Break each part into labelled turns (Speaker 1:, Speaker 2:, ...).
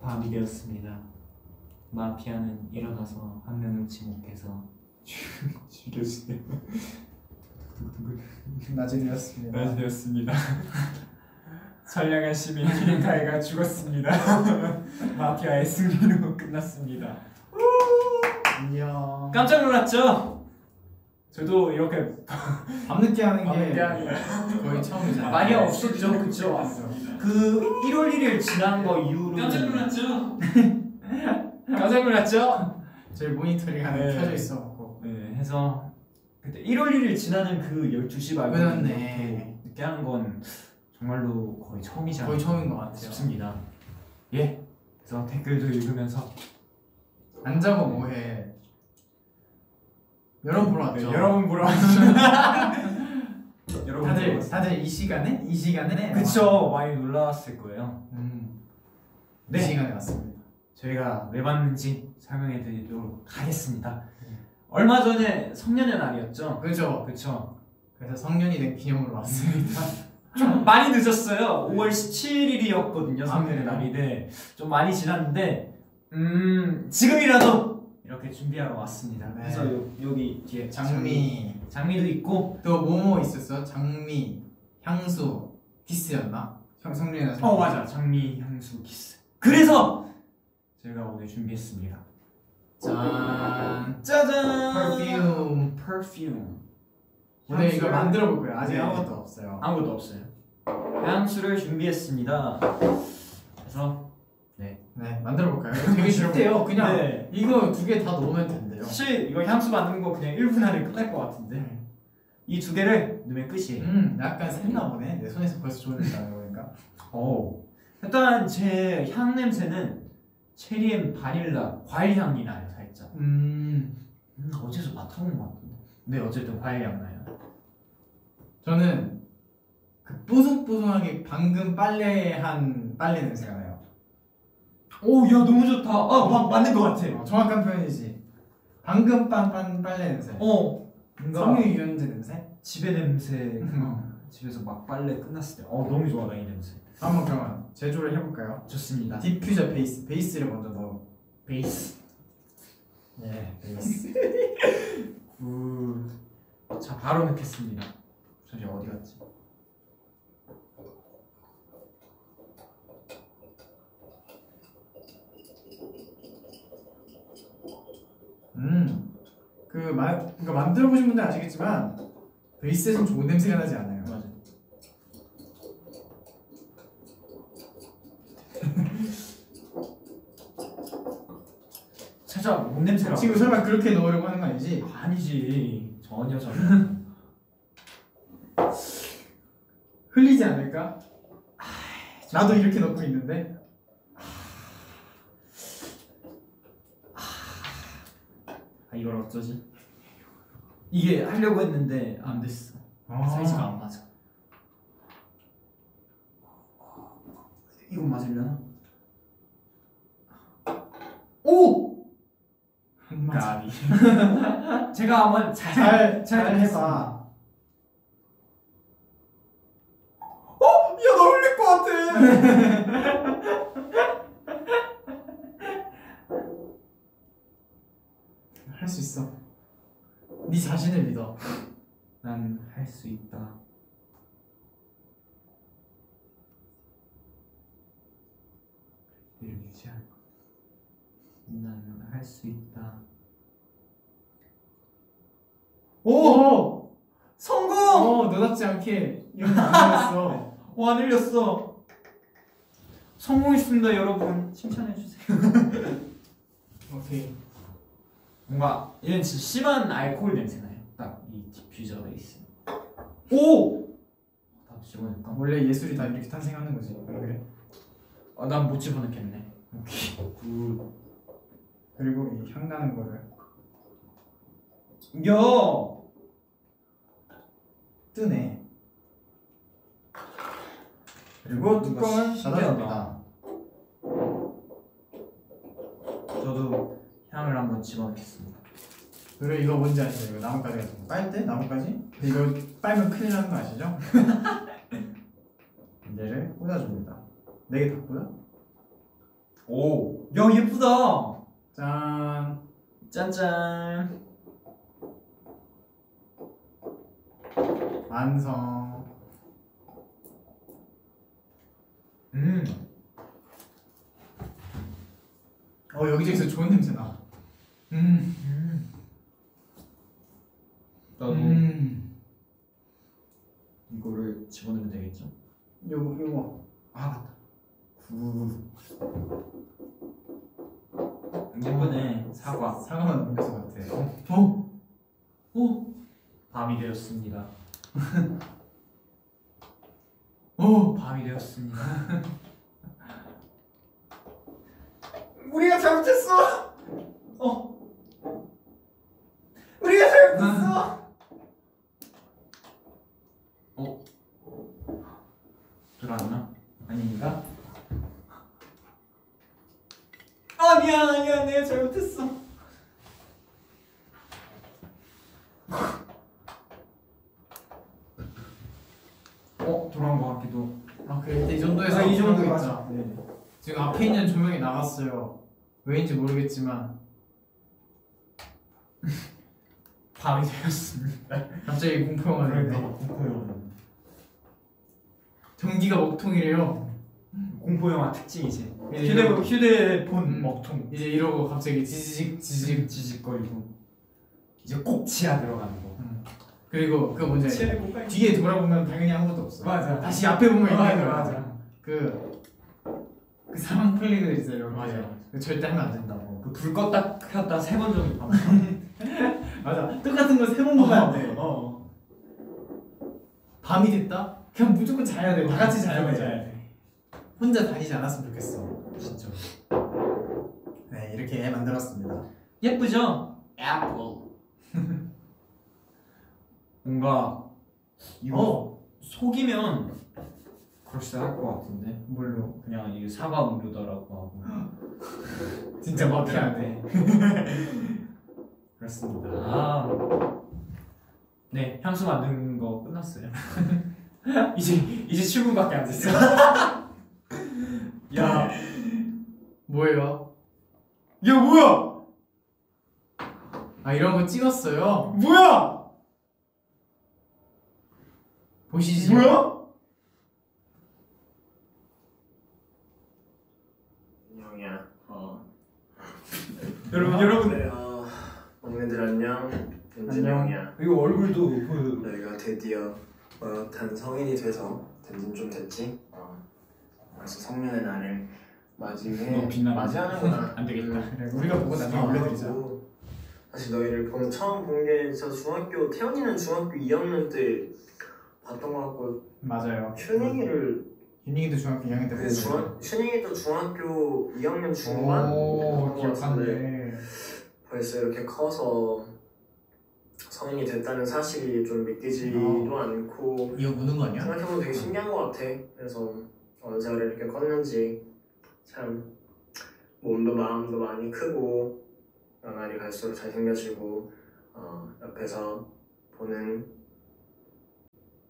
Speaker 1: 밤이 되었습니다. 마피아는 일어나서 한 명을 지목해서
Speaker 2: 죽여주세요.
Speaker 3: 낮이 되었습니다.
Speaker 1: 네.
Speaker 2: 낮이 되었습니다. 선량한 시민 키리카이가 죽었습니다. 마피아의 승리로 끝났습니다.
Speaker 3: 안녕.
Speaker 2: 깜짝 놀랐죠? 저도 이렇게
Speaker 3: 밤늦게 하는
Speaker 2: 밤에
Speaker 3: 게
Speaker 2: 대한
Speaker 4: 거의 처음이잖아요.
Speaker 1: 많이 없었죠, 그쵸? 그 1월 1일 지난 거 이후로
Speaker 2: 깜짝 놀랐죠? 깜짝 놀랐죠?
Speaker 3: 저희 모니터링 하나
Speaker 2: 네.
Speaker 3: 켜져 있어갖고
Speaker 2: 네, 해서
Speaker 1: 그때 1월 1일 지나는 그 12시 말고
Speaker 3: 그렇네.
Speaker 1: 늦게 하는 건 정말로 거의 처음이지 않나
Speaker 3: 거의 처음인 것 같아요.
Speaker 1: 싶습니다.
Speaker 2: 예. 그래서 댓글도 읽으면서
Speaker 3: 안 자고 뭐해? 여러분 보러
Speaker 2: 네,
Speaker 3: 왔죠.
Speaker 2: 여러분 보러 여러분
Speaker 3: 다들
Speaker 2: 보러 왔-
Speaker 3: 다들 이 시간에 이 시간에
Speaker 1: 그쵸 많이 놀라웠을 거예요.
Speaker 3: 음,
Speaker 1: 네.
Speaker 3: 이 시간에 왔습니다.
Speaker 1: 저희가 왜 봤는지 설명해드리도록 하겠습니다.
Speaker 3: 네.
Speaker 1: 얼마 전에 성년의 날이었죠.
Speaker 3: 그죠.
Speaker 1: 그쵸.
Speaker 3: 그래서 성년이 된 기념으로 왔습니다.
Speaker 1: 좀 많이 늦었어요. 5월 17일이었거든요.
Speaker 3: 네. 아,
Speaker 1: 성년의
Speaker 3: 그래요?
Speaker 1: 날이. 네. 좀 많이 지났는데, 음, 지금이라도 이렇게 준비하러 왔습니다.
Speaker 3: 네.
Speaker 1: 그래서 요- 여기 뒤에
Speaker 3: 장미
Speaker 1: 장미. 도 있고,
Speaker 3: 또 뭐뭐 있었어? 장미, 향수, 키스였나? 성 성년이나
Speaker 1: 어, 맞아. 장미 향수 키스. 그래서 저희가 오늘 준비했습니다.
Speaker 3: 짠.
Speaker 1: 짜잔!
Speaker 3: 퍼퓸.
Speaker 1: Perfume.
Speaker 3: 오늘 네, 이거
Speaker 1: 향수를-
Speaker 3: 만들어 볼 거예요. 아직
Speaker 1: 네.
Speaker 3: 아무것도 없어요.
Speaker 1: 아무것도 없어요. 향수를 준비했습니다. 그래서
Speaker 3: 네, 만들어 볼까요? 되게 쉽대요. 어, 네. 그냥 이거 두 개 다 넣으면 된대요.
Speaker 1: 네. 사실 이거 향수 만드는 거 그냥 1분 안에 끝날 것 같은데.
Speaker 3: 네.
Speaker 1: 이 두 개를 넣으면 끝이에요.
Speaker 3: 음, 약간 샜나 보네. 내 손에서 벌써 좋아졌다는 거니까.
Speaker 1: 오. 일단 제 향 냄새는 체리 앤 바닐라 과일 향이 나요 살짝.
Speaker 3: 음,
Speaker 1: 음, 어제서 맡아본 것 같은데. 네 어쨌든 과일 향 나요.
Speaker 3: 저는 그 뽀송뽀송하게 방금 빨래한 빨래 냄새가 나요.
Speaker 1: 오야 너무 좋다. 아 마, 맞는 것 같아.
Speaker 3: 어, 정확한 표현이지. 방금 빤빤 빨래 냄새.
Speaker 1: 어 뭔가
Speaker 3: 섬유 유연제 냄새?
Speaker 1: 집의 냄새.
Speaker 3: 어.
Speaker 1: 집에서 막 빨래 끝났을 때. 어 너무 좋아 나 이 냄새.
Speaker 3: 한번 그러면 제조를 해볼까요?
Speaker 1: 좋습니다.
Speaker 3: 디퓨저 베이스, 베이스를 먼저 넣어.
Speaker 1: 베이스.
Speaker 3: 예, 베이스.
Speaker 1: 굿. 자 바로 넣겠습니다. 잠시 어디 갔지?
Speaker 3: 음, 그 마, 그러니까 만들어 보신 분들 아시겠지만 베이스에 좀 좋은 냄새가 나지 않아요.
Speaker 1: 맞아. 살짝 몸 냄새가.
Speaker 3: 지금 설마 그렇게 넣으려고 하는 거 아니지?
Speaker 1: 아니지 전혀 전혀.
Speaker 3: 흘리지 않을까? 나도 이렇게 넣고 있는데
Speaker 1: 아 이걸 어쩌지? 이게 하려고 했는데 안 됐어. 사이즈가 안 맞아. 이건 맞으려나? 오!
Speaker 3: 맞아.
Speaker 1: 까비. 제가 한번 잘
Speaker 3: 잘, 잘 해봐
Speaker 1: 어? 야, 나 흘릴 것 같아.
Speaker 3: 할 수 있어 네 자신을 믿어
Speaker 1: 난 할 수 있다. 늘 유지할 거야. 나는 할 수 있다.
Speaker 3: 오!
Speaker 1: 성공!
Speaker 3: 어 너답지 않게 이건 안 되었어
Speaker 1: 와, 안 흘렸어. 성공했습니다, 여러분. 칭찬해 주세요.
Speaker 3: 오케이
Speaker 1: 뭔가 얘는 진짜 심한 알코올 냄새 나요. 딱 이 디퓨저 베이스. 오! 다 집어낼까?
Speaker 3: 원래 예술이 다 이렇게 탄생하는 거지 그래
Speaker 1: 아, 난 못 집어넣겠네. 오케이. 굿.
Speaker 3: 그리고 이 향나는 거를
Speaker 1: 야!
Speaker 3: 뜨네 그리고 뚜껑을 닫아줍니다
Speaker 1: 저도 향을 한번 집어넣겠습니다.
Speaker 3: 그리고 이거 뭔지 아시죠? 이거 나뭇가지 같은 거 빨대? 나뭇가지? 근데 이거 빨면 큰일 나는 거 아시죠? 얘를 꽂아줍니다 네 개 다 꽂아?
Speaker 5: 오. 야 예쁘다.
Speaker 3: 짠.
Speaker 5: 짠짠.
Speaker 3: 완성.
Speaker 5: 음.
Speaker 3: 어 여기저기서 좋은 냄새 나. 음.
Speaker 5: 나도
Speaker 3: 음.
Speaker 5: 이거를 집어넣으면 되겠죠?
Speaker 3: 요거 요거.
Speaker 5: 아 맞다. 구. 예쁘네. 사과.
Speaker 3: 사과만 넘겨서 같아. 어?
Speaker 5: 오. 밤이 되었습니다.
Speaker 3: 어?
Speaker 5: 밤이 되었습니다.
Speaker 3: 우리가 잘못했어. 어. 우리가 잘못했어.
Speaker 5: 어? 들어왔나?
Speaker 1: 아닙니까?
Speaker 3: 아 미안 아니야 내가 잘못했어.
Speaker 1: 어? 돌아온 것 같기도
Speaker 3: 아 그래 이 정도에서
Speaker 1: 이 정도 네.
Speaker 3: 그런 거
Speaker 1: 맞아.
Speaker 3: 있죠. 지금 앞에 있는 조명이 나갔어요. 왜인지 모르겠지만
Speaker 1: 밤이 되었습니다
Speaker 3: 갑자기 공포 영화를
Speaker 1: 그러니까 공포영화
Speaker 3: 전기가 목통이래요.
Speaker 1: 공포영화 네, 특징이지
Speaker 3: 이제
Speaker 1: 휴대,
Speaker 3: 이러고-
Speaker 1: 휴대폰
Speaker 3: 음.
Speaker 1: 먹통
Speaker 3: 이제 이러고 갑자기 지지직
Speaker 1: 지집
Speaker 3: 지지직.
Speaker 1: 지집거리고 이제 꼭 치아 들어가는 거
Speaker 3: 음. 그리고 그거 뭔지 알죠?
Speaker 1: 치아에 뭔가
Speaker 3: 뒤에 돌아보면 당연히 아무것도 없어.
Speaker 1: 맞아.
Speaker 3: 다시 앞에 보면 있는
Speaker 1: 맞아
Speaker 3: 거야.
Speaker 1: 맞아
Speaker 3: 그, 그 사망 플리그 있어요.
Speaker 1: 맞아.
Speaker 3: 그 절대 하면 안 된다고.
Speaker 1: 어, 그불 껐다 켰다 세 번 정도 봤어
Speaker 3: 맞아. 똑같은 거 세 번 보면 안 돼.
Speaker 1: 어.
Speaker 3: 밤이 됐다? 그냥 무조건 자야
Speaker 1: 네.
Speaker 3: 돼. 다 같이 자야 돼.
Speaker 1: 돼
Speaker 3: 혼자 다니지 않았으면 좋겠어.
Speaker 1: 진짜
Speaker 3: 네, 이렇게 만들었습니다.
Speaker 5: 예쁘죠? 애플.
Speaker 1: 뭔가 이거
Speaker 3: 어?
Speaker 5: 속이면
Speaker 1: 크러쉬 할것 같은데
Speaker 3: 뭘로?
Speaker 5: 그냥 이게 사과 음료다라고 하고.
Speaker 3: 진짜 마피아 돼.
Speaker 1: 그렇습니다
Speaker 5: 아. 네 향수 만드는 거 끝났어요.
Speaker 1: 이제 이제 7분밖에 안 됐어
Speaker 5: 야.
Speaker 3: 뭐예요?
Speaker 1: 야 뭐야
Speaker 3: 아, 이런 거 찍었어요.
Speaker 1: 뭐야
Speaker 3: 보시죠.
Speaker 1: 뭐야
Speaker 6: 안녕이야. 어.
Speaker 1: 여러분 여러분
Speaker 6: 그래, 어. 막내들 안녕.
Speaker 3: 안녕.
Speaker 6: 덴진형이야.
Speaker 1: 이거 얼굴도 그
Speaker 6: 너희가 드디어 어, 단 성인이 돼서 덴진 좀 됐지? 어. 벌써 성년의 날을
Speaker 5: 너
Speaker 6: 맞이해.
Speaker 5: 빛나는
Speaker 6: 맞이하는구나.
Speaker 5: 안 되겠다.
Speaker 3: 그래, 네, 우리가 보고 나중에 올려드리자.
Speaker 6: 고 사실 너희를 본 처음 본 게 진짜 중학교 태연이는 중학교 2학년 때 봤던 것 같고
Speaker 3: 맞아요.
Speaker 6: 슈닝이를
Speaker 3: 윤희기도 중학교 2학년 때
Speaker 6: 그 중학 슈닝이도 중학교 2학년 중반
Speaker 3: 오,
Speaker 6: 그런 것 같은데.
Speaker 3: 기억하네.
Speaker 6: 벌써 이렇게 커서 성인이 됐다는 사실이 좀 믿기지도 않고
Speaker 3: 이거 우는 거 아니야?
Speaker 6: 생각해보면 되게 신기한 것 같아. 그래서 언제 그래 이렇게 컸는지 참 몸도 마음도 많이 크고 나날이 갈수록 잘생겨지고 어, 옆에서 보는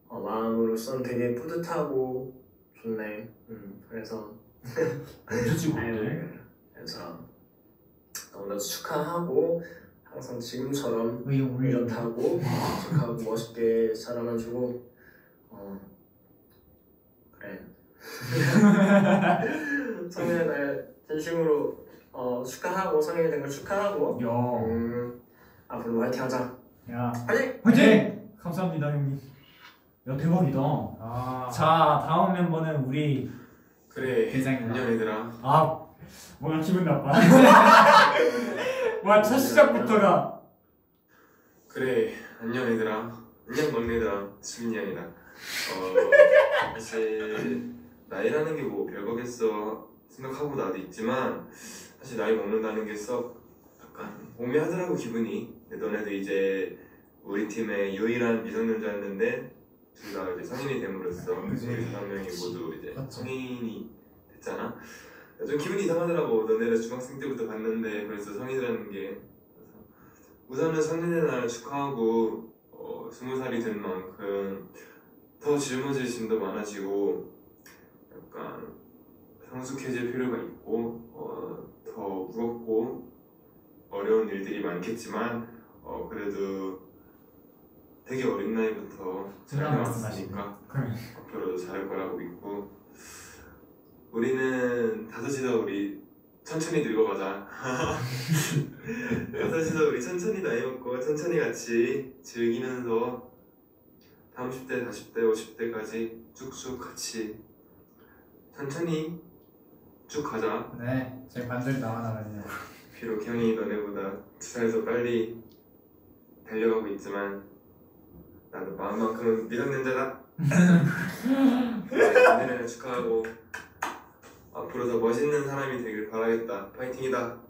Speaker 6: 어, 마음으로선 되게 뿌듯하고 좋네. 음, 그래서
Speaker 5: 언제 찍어?
Speaker 6: 그래서 너무나도 축하하고 항상 지금처럼
Speaker 3: 어, 이거 올려.
Speaker 6: 이렇다고 하고 멋있게 자라나주고 어 그래 성인의 날 진심으로 어 축하하고 성인이 된 걸
Speaker 1: 네.
Speaker 6: 축하하고
Speaker 1: 야
Speaker 6: 음 앞으로 화이팅하자
Speaker 3: 야.
Speaker 6: 화이팅
Speaker 1: 화이팅 네, 감사합니다 형님 야 대박이다
Speaker 3: 아.
Speaker 1: 자 다음 멤버는 우리
Speaker 7: 그래
Speaker 3: 대장이야.
Speaker 7: 안녕 얘들아
Speaker 1: 아 뭔가 기분 나빠 와 첫 시작부터가
Speaker 7: 그래 안녕 얘들아 안녕 막내들아 수빈이 형이다 어 사실 나이라는 게 뭐 별거겠어 생각하고 나도 있지만 사실 나이 먹는다는 게 썩 약간 오묘하더라고 기분이 근데 너네도 이제 우리 팀의 유일한 미성년자였는데 둘 다 이제 성인이 됨으로써
Speaker 3: 그치.
Speaker 7: 우리 다섯 명이 모두 이제
Speaker 3: 맞죠.
Speaker 7: 성인이 됐잖아 좀 기분이 이상하더라고 너네를 중학생 때부터 봤는데 벌써 성인이라는 게 우선은 성인의 날 축하하고 어, 스무 살이 된 만큼 더 짊어질 짐도 많아지고 약간
Speaker 6: 성숙해질 필요가 있고 어, 더 무겁고 어려운 일들이 많겠지만 어, 그래도 되게 어린 나이부터 잘
Speaker 1: 드라마
Speaker 6: 해왔으니까
Speaker 1: 그래.
Speaker 6: 앞으로도 잘할 거라고 믿고 우리는 다섯이다 우리 천천히 늙어가자 다섯이다 우리 천천히 나이 먹고 천천히 같이 즐기면서 다음 10대, 40대, 50대까지 쭉쭉 같이 천천히 쭉 가자
Speaker 3: 네, 제 관절이 나와 나가네요.
Speaker 6: 비록 형이 너네보다 두 살 더 빨리 달려가고 있지만 나도 마음만큼은 미성년자다. 오늘은 축하하고 앞으로 더 멋있는 사람이 되길 바라겠다. 파이팅이다.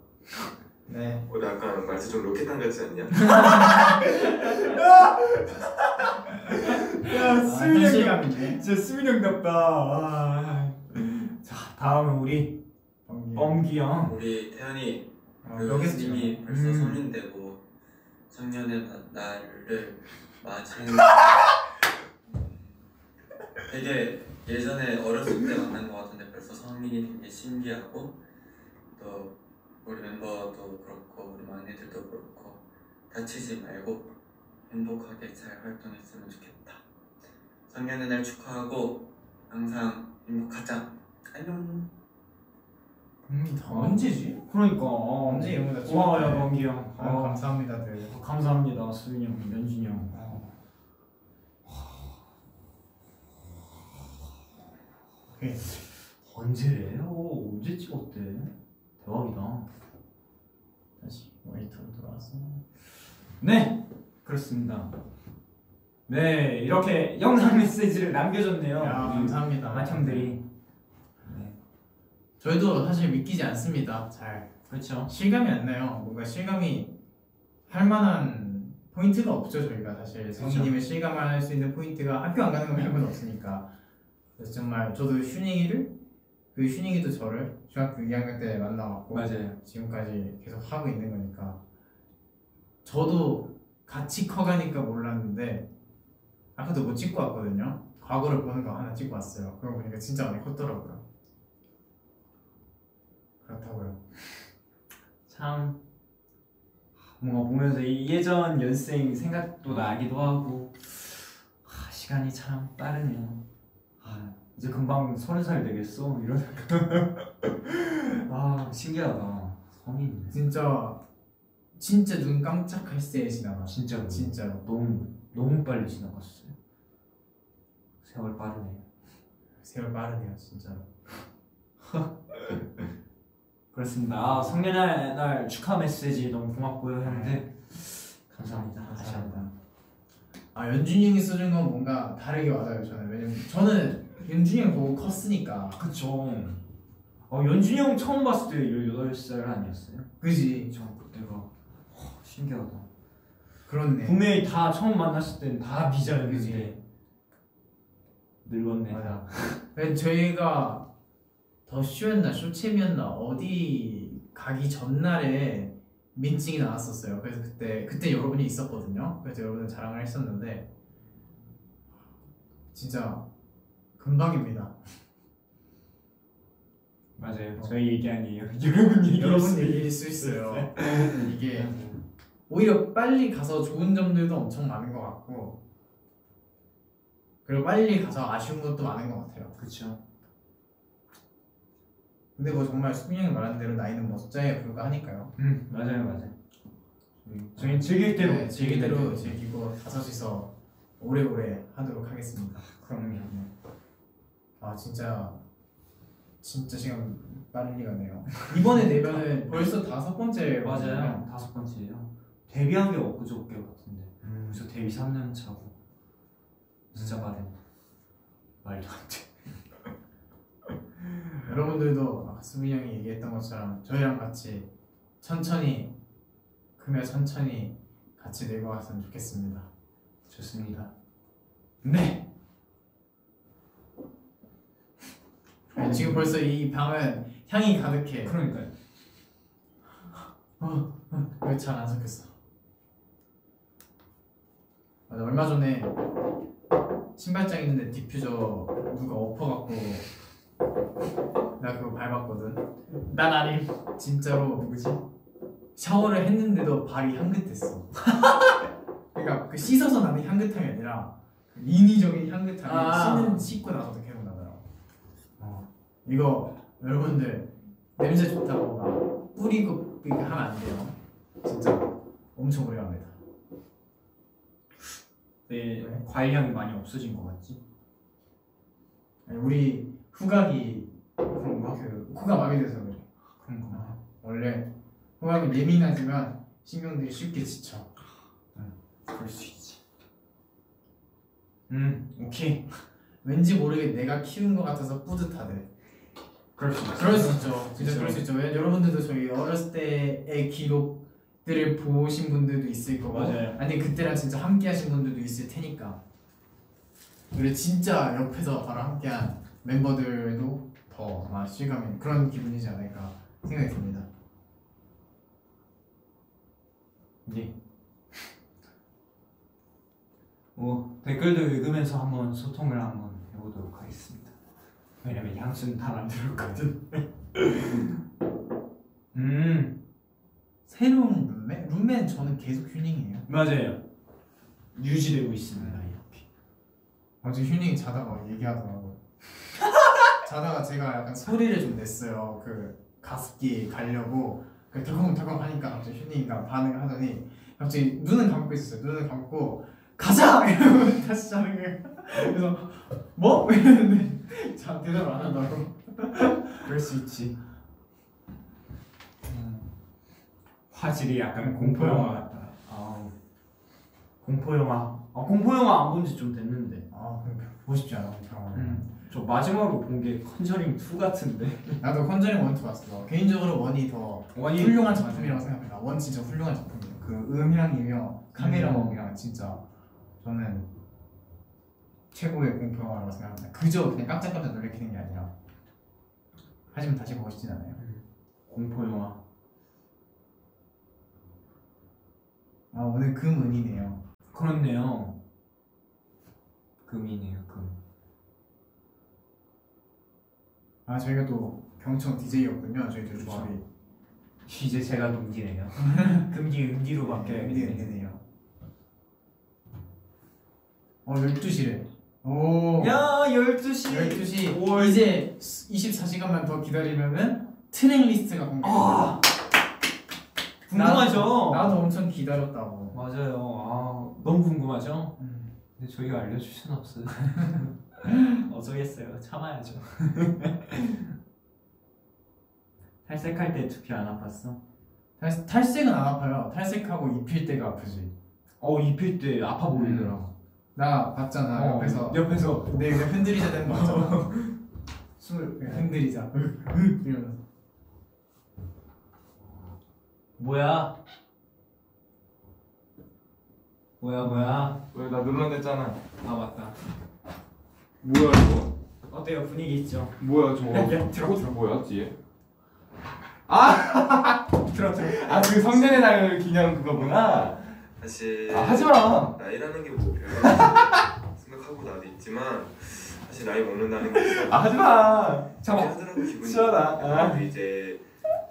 Speaker 3: 네.
Speaker 6: 오늘 아까 말투 좀 로켓탄 같지 않냐?
Speaker 3: 아,
Speaker 2: 야, 수민이 형
Speaker 3: 현실감이네.
Speaker 2: 진짜 수민이 형답다. 와. 자, 다음은 우리 범기 형.
Speaker 8: 우리 태현이
Speaker 3: 어,
Speaker 8: 그
Speaker 3: 여기서
Speaker 8: 님이 벌써
Speaker 2: 음.
Speaker 8: 성인 되고 성년의 나- 나를 맞이는 되게 예전에 어렸을 때 만난 것 같은데 벌써 성인이 된 게 신기하고 또 우리 멤버도 그렇고 우리 막내들도 그렇고 다치지 말고 행복하게 잘 활동했으면 좋겠다 성년의 날 축하하고 항상 행복하자 안녕
Speaker 3: 음, 더 언제지? 네.
Speaker 1: 그러니까
Speaker 3: 언제 이런 거다
Speaker 1: 고마워요
Speaker 3: 찍었네.
Speaker 1: 범기 형.
Speaker 3: 아,
Speaker 1: 어,
Speaker 3: 감사합니다, 들. 아,
Speaker 1: 감사합니다 수빈이 형, 연준이 형.
Speaker 3: 오케이.
Speaker 1: 언제래요? 언제 찍었대? 대박이다. 다시 모니터로 돌아와서. 네, 그렇습니다. 네, 이렇게 영상 메시지를 남겨줬네요.
Speaker 3: 야, 감사합니다.
Speaker 1: 마청들이.
Speaker 3: 저희도 사실 믿기지 않습니다. 잘.
Speaker 1: 그렇죠.
Speaker 3: 실감이 안 나요. 뭔가 실감이 할 만한 포인트가 없죠, 저희가 사실. 성희님의 실감을 할 수 있는 포인트가 학교 안 가는 거 말고는 없으니까. 그래서 정말 저도 슈닝이를 그 슈닝이도 저를 중학교 2학년 때 만나왔고
Speaker 2: 맞아요.
Speaker 3: 지금까지 계속 하고 있는 거니까 저도 같이 커가니까 몰랐는데 아까도 뭐 찍고 왔거든요 과거를 보는 거 하나 찍고 왔어요 그러고 보니까 진짜 많이 컸더라고요 그렇다고요
Speaker 1: 참 뭔가 보면서 이 예전 연생 생각도 나기도 하고 아, 시간이 참 빠르네요. 아, 이제 금방 서른 살 되겠어 이러니까 아 신기하다 성인
Speaker 3: 진짜 진짜 눈 깜짝할 새에 지나가
Speaker 1: 진짜로
Speaker 3: 진짜로
Speaker 1: 너무 너무 빨리 지나갔어요. 세월 빠르네.
Speaker 3: 세월 빠르네요 진짜로
Speaker 1: 그렇습니다. 아, 성년의 날 축하 메시지 너무 고맙고요 형들 네. 감사합니다.
Speaker 3: 감사합니다. 아 연준이 형이 써준 건 뭔가 다르게 와닿아요 저는 왜냐면 저는 연준이 형 보고 컸으니까
Speaker 1: 그쵸. 어, 연준이 형 처음 봤을 때 18살 아니었어요?
Speaker 3: 그지
Speaker 1: 저 그때가 허, 신기하다.
Speaker 3: 그렇네
Speaker 1: 분명히 다 처음 만났을 때는 다 미자였는데 늙었네.
Speaker 3: 맞아. 그래서 저희가 더 쇼였나 쇼챔이었나 어디 가기 전날에 민증이 나왔었어요. 그래서 그때 그때 여러분이 있었거든요. 그래서 여러분 자랑을 했었는데 진짜 금방입니다.
Speaker 1: 맞아요. 저희 얘기 아니에요. 어. 음, 여러분 얘기.
Speaker 3: 여러분 얘기일 수 있어요. 네, 이게 오히려 빨리 가서 좋은 점들도 엄청 많은 것 같고 그리고 빨리 가서 아쉬운 것도 많은 것 같아요.
Speaker 1: 그렇죠.
Speaker 3: 근데 뭐 정말 수빈이 형이 말한 대로 나이는 뭐 숫자에 불과하니까요.
Speaker 1: 음 맞아요 맞아요. 저희 즐길 대로
Speaker 3: 네, 즐기대로 즐기고 다섯이서 오래오래 하도록 하겠습니다.
Speaker 1: 그럼요.
Speaker 3: 아 진짜 진짜 시간 빠르게 가네요. 이번에 내면은 벌써 다섯 번째
Speaker 1: 네, 맞아요. 다섯 번째예요. 데뷔한 게 엊그저께 같은데. 그래서 데뷔 3년 차고 진짜 빠른. 말도 안 돼.
Speaker 3: 여러분들도 아까 수빈이 형이 얘기했던 것처럼 저희랑 같이 천천히 금요 천천히 같이 늙어갔으면 좋겠습니다.
Speaker 1: 좋습니다. 네.
Speaker 3: 아니, 네, 지금 벌써 네 이 방은 향이 가득해.
Speaker 1: 그러니까요.
Speaker 3: 왜 잘 안 섞였어? 맞아 얼마 전에 신발장 있는데 디퓨저 누가 엎어갖고 나 그거
Speaker 9: 난 아님.
Speaker 3: 진짜로 누구지? 샤워를 했는데도 발이 향긋했어. 그러니까 그 씻어서 나는 향긋함이 아니라 그 인위적인 향긋함이
Speaker 9: 아.
Speaker 3: 씻는 씻고 나서도 계속 나더라고. 어. 이거 여러분들 냄새 좋다고 막 뿌리고 이렇게 하면 안 돼요. 진짜 엄청 오래 갑니다.
Speaker 1: 내
Speaker 3: 네.
Speaker 1: 과일향이 많이 없어진 것 같지?
Speaker 3: 아니, 우리 후각이
Speaker 1: 그런가?
Speaker 3: 그 코가 마비 돼서 그래.
Speaker 1: 그런 거.
Speaker 3: 원래 후각이 예민하지만 신경들이 쉽게 지쳐.
Speaker 1: 그럴 수 있지. 음, 오케이.
Speaker 3: 왠지 모르게 내가 키운 것 같아서 그렇죠. 뿌듯하대.
Speaker 1: 그럴 수 있지.
Speaker 3: 그럴 수 있죠. 진짜
Speaker 1: 진짜로.
Speaker 3: 그럴 수 있죠. 왜냐면 여러분들도 저희 어렸을 때의 기록들을 보신 분들도 있을 거고,
Speaker 1: 맞아요.
Speaker 3: 아니 그때랑 진짜 함께하신 분들도 있을 테니까. 우리 진짜 옆에서 바로 함께한 멤버들도 더막 실감이 그런 기분이지 않을까 생각이 듭니다.
Speaker 1: 네. 뭐 댓글도 읽으면서 한번 소통을 한번 해보도록 하겠습니다. 왜냐면 향수는 다 만들었거든. 음,
Speaker 3: 새로운 룸메? 룸메는 저는 계속 휴닝이에요.
Speaker 1: 맞아요. 유지되고 있습니다. 이렇게.
Speaker 3: 어제 휴닝이 자다가 얘기하더라고요. 자다가 제가 약간 소리를 좀 냈어요. 그 가습기 가려고 그 덜컹덜컹 하니까 갑자기 휴닝이가 반응을 하더니 갑자기 눈은 감고 있었어요. 눈을 감고 가자! 이러고 다시 자는 거예요. 그래서 뭐? 이랬는데 자 대답을 안 한다고.
Speaker 1: 그럴 수 있지. 음, 화질이 약간 공포 영화 같다. 아, 공포 영화. 아, 공포 영화 안 본 지 좀 됐는데.
Speaker 3: 아 그럼 보고 싶지 않아. 그런 거.
Speaker 1: 음, 저 마지막으로 본 게 컨저링 2 같은데.
Speaker 3: 나도 컨저링 원투 봤어. 개인적으로 원이 더
Speaker 1: 원이
Speaker 3: 훌륭한 작품이라고 생각합니다. 원 진짜 훌륭한 작품이에요. 그 음향이며 카메라웍이랑 진짜 저는 최고의 공포 영화라고 생각합니다. 그저 그냥 깜짝깜짝 놀래키는 게 아니라 하지만 다시 보고 싶진 않아요.
Speaker 1: 공포 영화.
Speaker 3: 아 오늘 금은이네요.
Speaker 1: 그렇네요. 금이네요, 금.
Speaker 3: 아 저희가 또 경청 DJ였군요. 저희들 조합이
Speaker 1: 이제 제가 금기네요. 금기 은기로 바뀌어야겠네.
Speaker 3: 은이네요. 어 12시래. 오.
Speaker 1: 야, 12시.
Speaker 3: 12시 이제 24시간만 더 기다리면은 트랙 리스트가 공개.
Speaker 1: 아, 궁금하죠?
Speaker 3: 나도, 나도 엄청 기다렸다고.
Speaker 1: 맞아요. 아, 너무 궁금하죠?
Speaker 3: 음.
Speaker 1: 근데 저희가 알려줄 순 없어요. 어쩌겠어요. 참아야죠. 탈색할 때 두피 안 아팠어?
Speaker 3: 탈- 탈색은 안 아파요. 탈색하고 입힐 때가 아프지.
Speaker 1: 어, 입힐 때 아파 보이더라.
Speaker 3: 나 봤잖아
Speaker 1: 음. 어,
Speaker 3: 옆에서.
Speaker 1: 옆에서
Speaker 3: 내 그냥 흔들리자 되는 거 같잖아. 술
Speaker 1: 네.
Speaker 3: 그냥 흔들리자. 이러면서.
Speaker 1: 뭐야? 뭐야 뭐야?
Speaker 2: 왜 나 눌렀댔잖아
Speaker 1: 아 맞다.
Speaker 2: 뭐야 이거
Speaker 1: 어때요 분위기 있죠?
Speaker 2: 뭐야 저거 트로트 뭐야 뒤에 아! 트로트 아그 성년의 날 기념 그거구나
Speaker 6: 사실
Speaker 2: 아 하지마
Speaker 6: 나이라는 게 뭐 별로 생각하고 나도 있지만 사실 나이 먹는다는 게 진짜
Speaker 2: 아 하지마 잠깐
Speaker 6: 하더라고 기분이
Speaker 2: 시원하. 아.
Speaker 6: 그리고 이제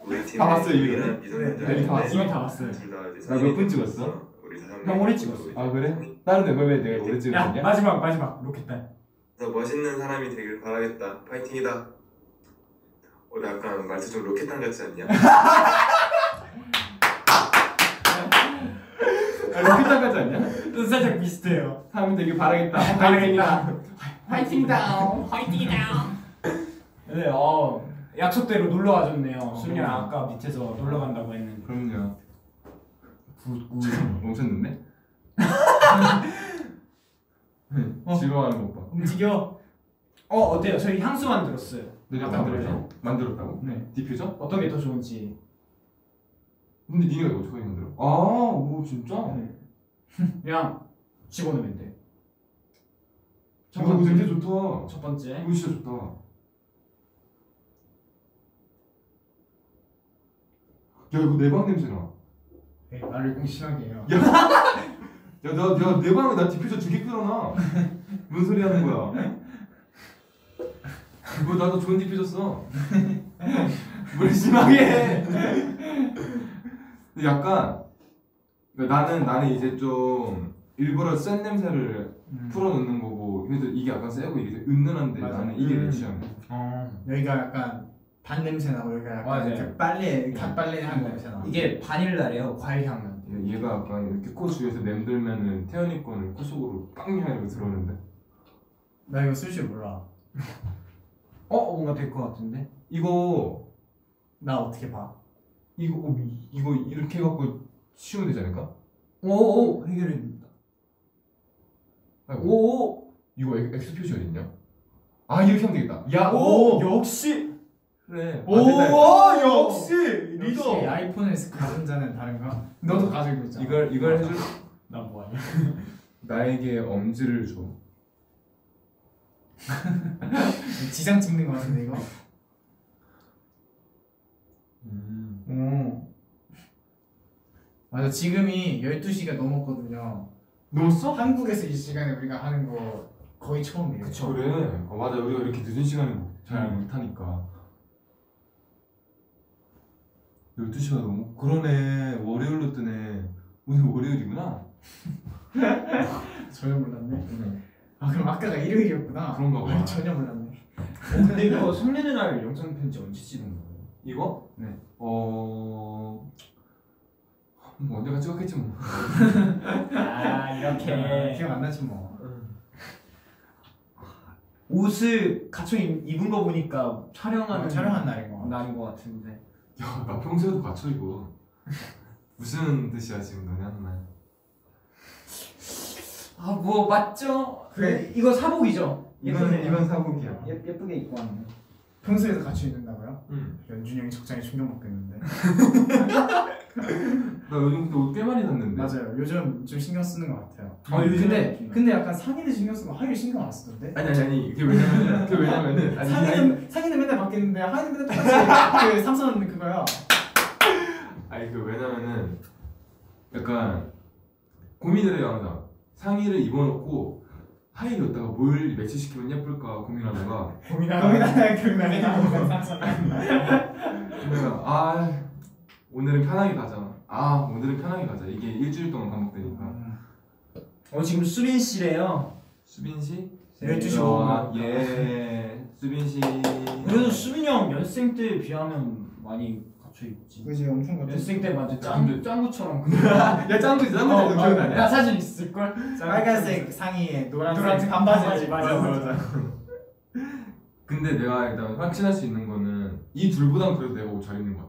Speaker 6: 우리 팀에
Speaker 2: 다 봤어요, 이미?
Speaker 6: 유일한 미성년자
Speaker 2: 네, 이미 다 봤어요?
Speaker 1: 다 봤어요.
Speaker 6: 둘다 이제
Speaker 2: 나몇분 찍었어?
Speaker 6: 성인이 됐고, 우리 다섯 명
Speaker 1: 형 오래 찍었어.
Speaker 2: 아 그래? 다른 왜 내가 오래
Speaker 1: 야
Speaker 2: 찍었냐?
Speaker 1: 마지막 마지막 로켓단.
Speaker 6: 더 멋있는 사람이 되길 바라겠다 파이팅이다 오늘 약간 말투 좀 로켓탄 같지 않냐?
Speaker 2: 아, 로켓단까지 아니야?
Speaker 1: 살짝 비슷해요.
Speaker 2: 사람 되길 바라겠다
Speaker 1: 바라겠다.
Speaker 3: 화이팅다.
Speaker 1: 네, 어 약속대로 놀러 와줬네요. 순이
Speaker 2: 그럼요.
Speaker 1: 아까 밑에서 놀러 간다고 했는데.
Speaker 2: 그럼요
Speaker 1: 굿굿.
Speaker 2: 멈췄는데? 즐거워하는 오빠
Speaker 3: 움직여.
Speaker 1: 어 어때요? 저희 향수 만들었어요.
Speaker 2: 내가
Speaker 1: 아까
Speaker 2: 만들었어? 만들었다고?
Speaker 1: 네.
Speaker 2: 디퓨저?
Speaker 1: 어떤 게 더 좋은지.
Speaker 2: 근데 니네가 이거 어떻게 만들어? 아오 진짜?
Speaker 1: 네. 그냥 집어넣으면 돼. 첫
Speaker 2: 이거
Speaker 1: 번째.
Speaker 2: 냄새 좋다
Speaker 1: 첫
Speaker 3: 네?
Speaker 1: 번째.
Speaker 2: 이거 진짜 좋다 야 이거 내 방 냄새나
Speaker 3: 네, 나를 공심하게 해요.
Speaker 2: 야, 나, 야, 내 방에 나 디퓨저 두 개 끌어놔. 뭔 소리 하는 거야? 뭐 나도 좋은 디퓨저 써. 뭘 심하게 해. 근데 약간 그러니까 나는 나는 이제 좀 일부러 센 냄새를
Speaker 1: 음.
Speaker 2: 풀어놓는 거고 근데 또 이게 약간 세고 이게 좀 은은한데
Speaker 3: 맞아.
Speaker 2: 나는 이게
Speaker 1: 음.
Speaker 2: 내 취향이야
Speaker 1: 어.
Speaker 3: 여기가 약간 단 냄새 나고 여기가 약간
Speaker 1: 맞아요. 네.
Speaker 3: 이렇게 빨리 다 빨리 한 냄새 나.
Speaker 1: 이게 바닐라래요. 과일 향 나.
Speaker 2: 근데 얘가 약간 이렇게 코 주위에서 맴돌면은 태연이 거는 코 속으로 빵 향이 들어오는데
Speaker 3: 나 이거 쓸 줄 몰라.
Speaker 1: 어 뭔가 될 것 같은데.
Speaker 2: 이거
Speaker 3: 나 어떻게 봐?
Speaker 2: 이거 어, 이- 이거 이렇게 해갖고 치우면 되지 않을까?
Speaker 1: 오오 해결입니다.
Speaker 2: 아이고.
Speaker 1: 오오
Speaker 2: 이거 엑- 엑스 표시 어딨냐? 아 이렇게 하면 되겠다. 야,
Speaker 1: 오,
Speaker 2: 역시
Speaker 1: 네,
Speaker 2: 그래.
Speaker 3: 오, 역시!
Speaker 2: 리더!
Speaker 3: 역시 아이폰을 가진 자는 다른가? 너도 가지고 있잖아.
Speaker 2: 이걸 이걸 해줄
Speaker 1: 난 뭐하냐?
Speaker 2: 나에게 엄지를 줘.
Speaker 3: 지장 찍는 거 같은데 이거?
Speaker 2: 음.
Speaker 1: 오
Speaker 3: 맞아 지금이 12시가 넘었거든요.
Speaker 1: 넘었어?
Speaker 3: 한국에서 이 시간에 우리가 하는 거 거의 처음이에요.
Speaker 1: 그쵸.
Speaker 2: 그래. 어, 맞아 우리가 이렇게 늦은 시간에 잘 못하니까. 12시가 너무 그러네 월요일로 뜨네 오늘 월요일이구나
Speaker 3: 전혀 몰랐네. 아 그럼 아까가 일요일이었구나.
Speaker 2: 그런가 봐.
Speaker 3: 아, 전혀 몰랐네.
Speaker 1: 근데 이거 설레는 날 영상 편지 언제 찍은 거예요?
Speaker 2: 이거?
Speaker 1: 네.
Speaker 2: 어... 뭐 언제가 찍었겠지 뭐
Speaker 1: 아
Speaker 3: 아,
Speaker 2: 네.
Speaker 3: 기억 안 나지 뭐.
Speaker 1: 옷을 갖춰 입- 입은 거 보니까
Speaker 2: 네.
Speaker 1: 어, 촬영하는
Speaker 3: 아, 촬영한 날인 거.
Speaker 1: 날인 것 같은데.
Speaker 2: 야, 나 평소에도 갖춰 입어. 무슨 뜻이야 지금 너네 하는 말?
Speaker 1: 아 뭐 맞죠?
Speaker 3: 그래.
Speaker 1: 이거 사복이죠.
Speaker 2: 이건
Speaker 1: 예쁘네요.
Speaker 2: 이건 사복이야.
Speaker 1: 예, 예쁘게 입고 왔네.
Speaker 3: 평소에도 같이 있는다고요?
Speaker 2: 응.
Speaker 3: 연준이 형이 적당히 충격 먹겠는데.
Speaker 2: 네. 나 요즘 근데 옷 꽤 많이 샀는데.
Speaker 3: 맞아요. 요즘 좀 신경 쓰는 것 같아요.
Speaker 1: 아, 요즘에
Speaker 3: 근데
Speaker 2: 네.
Speaker 1: 신경
Speaker 3: 근데 약간 상의도 신경 쓰고 하의를 신경 안 쓰던데.
Speaker 2: 아니 아니 아니. 그게 왜냐면 그게 왜냐면은 아니 아니,
Speaker 3: 상의는 상의는 맨날 바뀌는데 하의는 맨날 똑같이 그 삼선 그거야.
Speaker 2: 아니 그 왜냐면은 약간 고민을 해요 항상 상의를 입어놓고 하의를 넣다가 뭘 매치시키면 예쁠까 고민하다가
Speaker 3: 고민하다
Speaker 2: 네.
Speaker 3: 고민하다.
Speaker 2: 그러면 아 오늘은 편하게 가자. 아 오늘은 편하게 가자. 이게 일주일 동안 반복되니까.
Speaker 3: 음.
Speaker 1: 어 지금 수빈 씨래요.
Speaker 2: 수빈 씨?
Speaker 1: 네,
Speaker 3: 12시
Speaker 2: 일어나.
Speaker 1: 아,
Speaker 3: 오분.
Speaker 2: 아, 예. 수빈 씨.
Speaker 1: 그래도 수빈이 형 연습생 때에 비하면 많이 갖춰 입지.
Speaker 3: 그지 엄청 같은.
Speaker 1: 연습생 때 완전
Speaker 2: 근데-
Speaker 1: 짱 짱구처럼. 그냥
Speaker 2: 야 짱구지 짱구지
Speaker 1: 어,
Speaker 2: 너 기억나냐?
Speaker 1: 나 사진 있을 걸.
Speaker 3: 빨간색 상의에 노란색,
Speaker 1: 노란색
Speaker 3: 반바지
Speaker 1: 반바지, 맞아,
Speaker 2: 근데 내가 일단 확신할 수 있는 거는 이 둘보단 그래도 내가 옷 잘 입는 것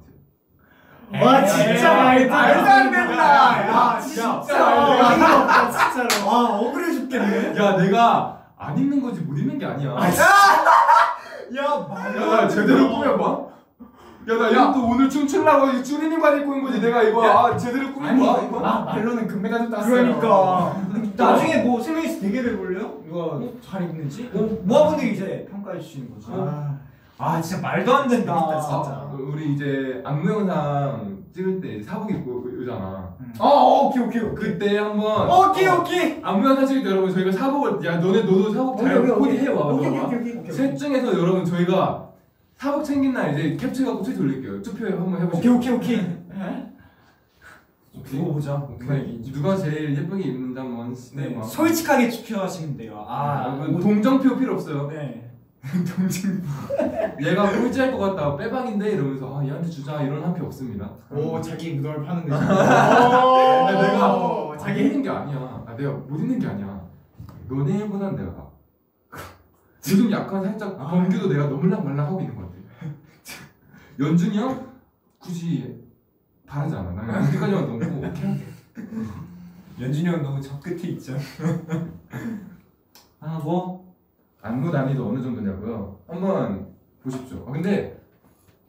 Speaker 2: 같아.
Speaker 3: 와 진짜 말도 안 된다. 야 네, 아, 진짜 말도 안 된다. 진짜로.
Speaker 1: 아 억울해 죽겠네.
Speaker 2: 야 내가 안 입는 거지 못 입는 게 아니야.
Speaker 1: 야
Speaker 2: 야나 제대로 꾸며봐. 야나 이것도 오늘 춤추려고 이 추리닝만 입고 온 거지 내가 이거 아 제대로 꾸며봐 이거.
Speaker 3: 아 말로는 금메달도 땄어요.
Speaker 1: 그러니까 나중에 뭐 세명이서 대결해 볼래요? 누가 잘 입는지? 어, 모아분들이 이제 평가해 주시는 거죠.
Speaker 3: 아,
Speaker 1: 아 진짜 말도 안 된다.
Speaker 3: 재밌다, 진짜.
Speaker 2: 아, 우리 이제 안무 영상 찍을 때 사복 입고 그 오잖아.
Speaker 3: 음.
Speaker 2: 어, 어, 오케이 오케이. 그때 한번
Speaker 1: 아. 오케이 오케이.
Speaker 2: 안무 영상 찍을 때 여러분 저희가 사복을 야 너네 너도
Speaker 3: 어,
Speaker 2: 사복 잘 코디해 와봐.
Speaker 1: 오케이
Speaker 2: 너가.
Speaker 1: 오케이 오케이 오케이.
Speaker 2: 셋 중에서 여러분 저희가 사복 챙긴 날 이제 캡처해갖고 트윗 올릴게요. 투표 한번
Speaker 1: 오케이 오케이
Speaker 2: 해보시죠.
Speaker 1: 오케이. 그거 보자.
Speaker 2: 누가, 네, 누가 제일 예쁘게 입는지 한번
Speaker 1: 네,
Speaker 2: 시네마.
Speaker 1: 솔직하게 투표하시면 돼요. 아,
Speaker 2: 아,
Speaker 1: 옷-
Speaker 2: 동정표 필요 없어요.
Speaker 1: 네.
Speaker 2: 얘가 꼴찌할 것 같다. 빼박인데 이러면서 아 얘한테 주자 이런 한 표 없습니다.
Speaker 3: 오 자기 무덤을 파는 거지.
Speaker 2: 아, 내가
Speaker 3: 오,
Speaker 2: 안
Speaker 3: 자기
Speaker 2: 입는 게 아니야. 아, 내가 못 입는 게 아니야. 너네보단 내가 나. 요즘 약간 살짝 범규도 내가 너물랑 말랑 하고 있는 것 같아. 연준이 형 굳이 바라지 않아. 나는 어디까지만 넘고 오케이.
Speaker 1: 연준이 형 너무 저 끝에 있죠. 아 뭐?
Speaker 2: 안무 난이도 어느 정도냐고요? 한번 보십시오. 아 근데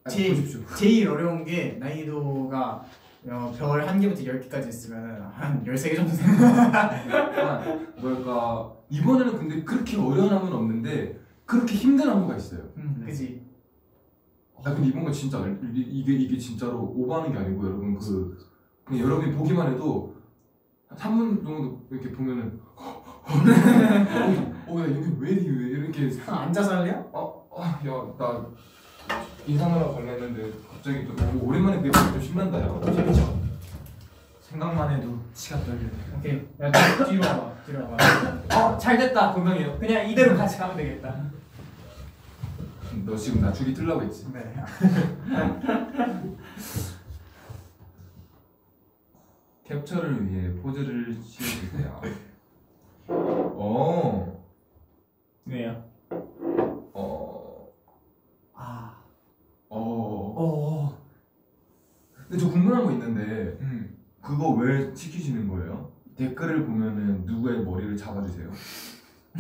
Speaker 2: 아니,
Speaker 3: 제-
Speaker 2: 보십시오.
Speaker 3: 제일 어려운 게 난이도가 어, 별 한 개부터 열 개까지 있으면 한 열세 개 정도 생겨.
Speaker 2: 약간 아, 뭐랄까 이번에는 근데 그렇게 어려운 안무는 없는데 그렇게 힘든 안무가 있어요.
Speaker 3: 음, 그지.
Speaker 2: 나 근데 아, 이번 거 진짜 알- 이- 이게 이게 진짜로 오버하는 게 아니고 여러분 그 그냥 여러분이 보기만 해도 3분 정도 이렇게 보면은 어야 이게 왜 이게 왜 이렇게
Speaker 3: 아, 앉아서 할래요?
Speaker 2: 어야나 인상하러 가려 했는데 갑자기 또 보고 오랜만에 그게 보니까 좀 신난다 야 재밌죠?
Speaker 1: 생각만 해도 치가 떨려요.
Speaker 3: 오케이 야 뒤- 뒤로 와봐 뒤로 와봐
Speaker 1: 어, 잘 됐다, 동명이요. 그냥 이대로 같이 가면 되겠다.
Speaker 2: 너 지금 나 줄이 틀라고 했지?
Speaker 3: 네
Speaker 2: 캡처를 위해 포즈를 취해주세요 어,
Speaker 1: 왜요?
Speaker 2: 어,
Speaker 1: 아,
Speaker 2: 어
Speaker 1: 어, 어.
Speaker 2: 근데 저 궁금한 거 있는데
Speaker 1: 음.
Speaker 2: 그거 왜 시키시는 거예요? 댓글을 보면은 누구의 머리를 잡아주세요.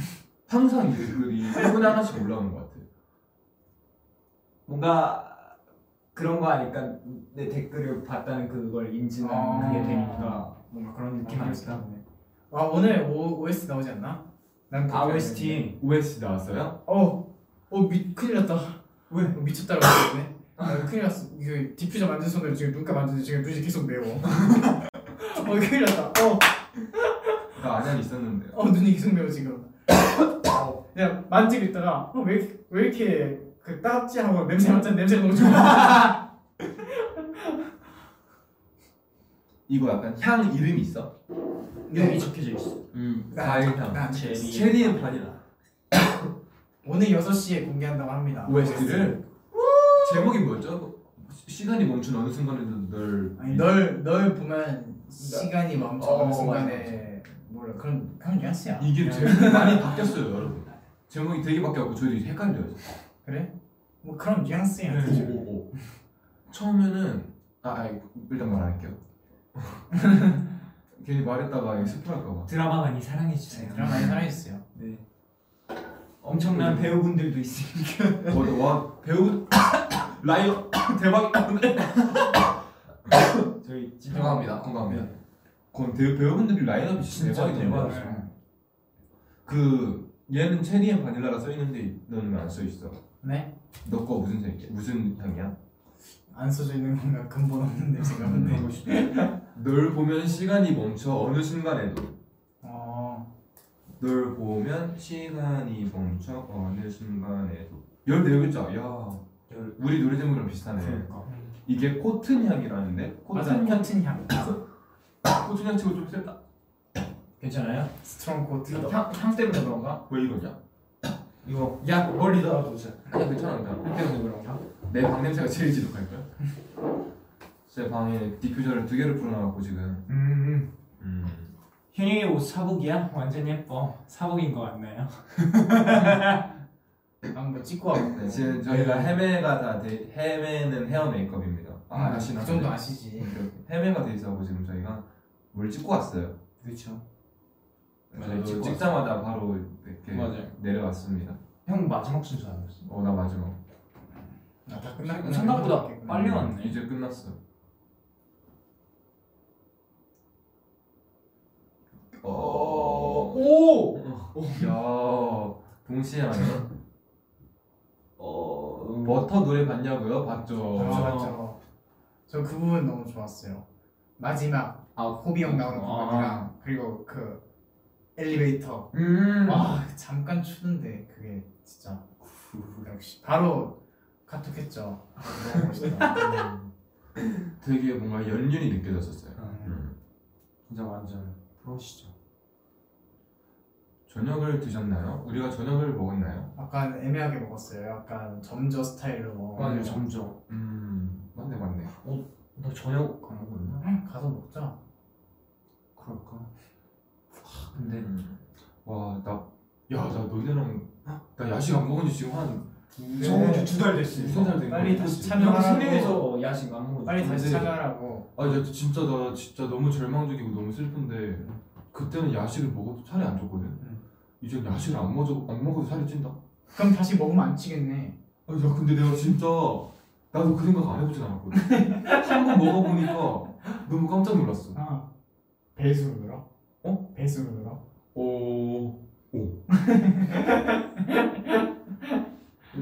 Speaker 2: 항상 이 댓글이 1분에 하나씩 올라오는 것 같아요.
Speaker 1: 뭔가 그런 거 아니까 내 댓글을 봤다는 그걸 인지하는
Speaker 3: 아.
Speaker 1: 그게 되니까 뭔가 그런 느낌 아닐까? 그렇죠.
Speaker 3: 와 오늘 오, OS 나오지 않나? 난 그거
Speaker 1: 아,
Speaker 3: 알았는데.
Speaker 1: OST.
Speaker 2: OSC 나왔어요?
Speaker 3: 어, 어 미, 큰일 났다
Speaker 1: 왜?
Speaker 3: 어, 미쳤다고 그러네 아, 큰일 났어 이거 디퓨저 만든 손으로 지금 눈가 만드는데 지금 눈이 계속 매워 어 큰일 났다 어,
Speaker 2: 나 안양 있었는데.
Speaker 3: 어 눈이 계속 매워 지금 그냥 만지고 있다가 어, 왜, 이렇게- 왜 이렇게 그 따갑지 하고 냄새 맡았는데 냄새가 너무 좋아
Speaker 2: 이거 약간 향 이름이 있어?
Speaker 3: 네.
Speaker 1: 적혀져 있어.
Speaker 2: 음, 과일향.
Speaker 3: 나-
Speaker 1: 제리.
Speaker 2: 체리앤 바닐라.
Speaker 3: 오늘 6시에 공개한다고 합니다
Speaker 2: OST를 제목이 뭐였죠? 시- 시간이 멈춘 어느 순간에도 널
Speaker 3: 아니 널, 널 보면 시간이
Speaker 1: 그러니까,
Speaker 2: 어,
Speaker 3: 멈춰가는
Speaker 2: 맞아,
Speaker 3: 순간에 몰라 그런 그런 뉘앙스야
Speaker 2: 이게 제목이 많이 바뀌었어요, 여러분. 제목이 되게 바뀌었고 저희도 헷갈려요.
Speaker 3: 그래? 뭐 그런
Speaker 2: 네,
Speaker 3: 뉘앙스야
Speaker 1: 네.
Speaker 3: 지금.
Speaker 2: 오오오. 처음에는 아, 아 일단 말 안 할게요. 괜히 말했다가 스포할까 봐. 어,
Speaker 1: 드라마 많이
Speaker 3: 네,
Speaker 1: 사랑해주세요.
Speaker 3: 그런 많이 사랑해주세요
Speaker 1: 네. 엄청난 배우분들도 있으니까.
Speaker 2: 어, 와 배우 라이어 대박.
Speaker 1: 저희 진짜
Speaker 2: 건강합니다. 건강합니다. 건 대, 배우분들이 라인업이 진짜 대박이던데.
Speaker 1: 네.
Speaker 2: 그 얘는 체리앤 바닐라라 써 있는데 너는 안 써 있어.
Speaker 3: 네?
Speaker 2: 너 거 무슨 색이야? 무슨 향이야?
Speaker 3: 안 써져 있는 건가 근본 없는데
Speaker 1: 음,
Speaker 3: 지금 네.
Speaker 2: 보고 싶어. 널 보면 시간이 멈춰 어느 순간에도.
Speaker 3: 어
Speaker 2: 널 보면 시간이 멈춰 어느 순간에도 열네 글자 야
Speaker 1: 열-
Speaker 2: 우리 노래 제목이랑 비슷하네
Speaker 1: 그러니까.
Speaker 2: 이게 코튼 향이라는데
Speaker 3: 맞아
Speaker 2: 코튼 향
Speaker 3: 코튼 향
Speaker 2: 코튼 향 치고 좀 세다
Speaker 1: 괜찮아요?
Speaker 3: 스트롱 코튼
Speaker 1: 그 향, 향 때문에 그런가?
Speaker 2: 아, 왜 이러냐
Speaker 1: 이거 약 멀리 떨어두자.
Speaker 2: 아니 괜찮아
Speaker 1: 향 때문에 그런가?
Speaker 2: 내방 냄새가 제일 지독할 거야 제 방에 디퓨저를 두 개를 풀어놔갖고 지금
Speaker 1: 음, 음.
Speaker 2: 음
Speaker 1: 현영이 옷 사복이야? 완전 예뻐. 사복인 거 같나요?
Speaker 3: 한번 뭐 찍고 와볼게요
Speaker 2: 네, 지금 저희가 헤매가 다 돼, 헤매는 헤어 메이크업입니다 아
Speaker 3: 음,
Speaker 2: 아시나
Speaker 3: 그 정도 아시지
Speaker 2: 헤매가 돼 있어갖고 지금 저희가 뭘 찍고 왔어요
Speaker 1: 그렇죠.
Speaker 2: 저도 찍자마자 바로 이렇게
Speaker 1: 맞아요.
Speaker 2: 내려왔습니다.
Speaker 1: 형 마지막 순서 아니었어?
Speaker 2: 어 나 마지막. 음,
Speaker 3: 아, 다 끝났구나
Speaker 1: 생각보다
Speaker 3: 끝났겠구나.
Speaker 1: 빨리 왔네.
Speaker 2: 이제 끝났어. 어.
Speaker 1: 오!
Speaker 2: 야 동시에 하네. 어 버터 노래 봤냐고요? 봤죠.
Speaker 1: 어.
Speaker 3: 아 맞죠 저 그 부분 너무 좋았어요 마지막
Speaker 1: 아,
Speaker 3: 호비 형 나오는
Speaker 1: 아.
Speaker 3: 부분이랑 그리고 그 엘리베이터
Speaker 2: 음.
Speaker 1: 아.
Speaker 3: 와 잠깐 추는데 그게 진짜 역시 바로 카톡했죠 너무 멋있다 음.
Speaker 2: 되게 뭔가 연륜이 느껴졌었어요.
Speaker 1: 음,
Speaker 2: 음.
Speaker 1: 진짜 완전 프로시죠.
Speaker 2: 저녁을 드셨나요? 우리가 저녁을 먹었나요?
Speaker 3: 약간 애매하게 먹었어요. 약간 점저 스타일로 먹어.
Speaker 1: 완전 아, 네, 점점.
Speaker 2: 음 맞네 맞네.
Speaker 1: 너 저녁 안 먹었나?
Speaker 3: 음, 가서 먹자.
Speaker 1: 그럴까? 하, 근데
Speaker 2: 음. 와나야나 너네랑 나 야식 안 먹은 지 지금 한두
Speaker 1: 두달
Speaker 2: 무슨 살 되는
Speaker 3: 네. 빨리
Speaker 2: 거야?
Speaker 3: 다시
Speaker 1: 형
Speaker 3: 참여하라고.
Speaker 1: 순회에서 야식 안 먹었어.
Speaker 3: 빨리 다시
Speaker 2: 근데-
Speaker 3: 찾아라고.
Speaker 2: 아, 나 진짜 나 진짜 너무 절망적이고 너무 슬픈데 그때는 야식을 먹어도 살이 안 쪘거든.
Speaker 3: 응.
Speaker 2: 이제 야식을 안 먹어 안 먹어도 살이 찐다.
Speaker 3: 그럼 다시 먹으면 안 치겠네.
Speaker 2: 아, 야 근데 내가 진짜 나도 그 생각 안 해보진 않았거든. 한 번 먹어보니까 너무 깜짝 놀랐어.
Speaker 3: 아 배수로 늘어?
Speaker 2: 어?
Speaker 3: 배수로 늘어?
Speaker 2: 오. 오.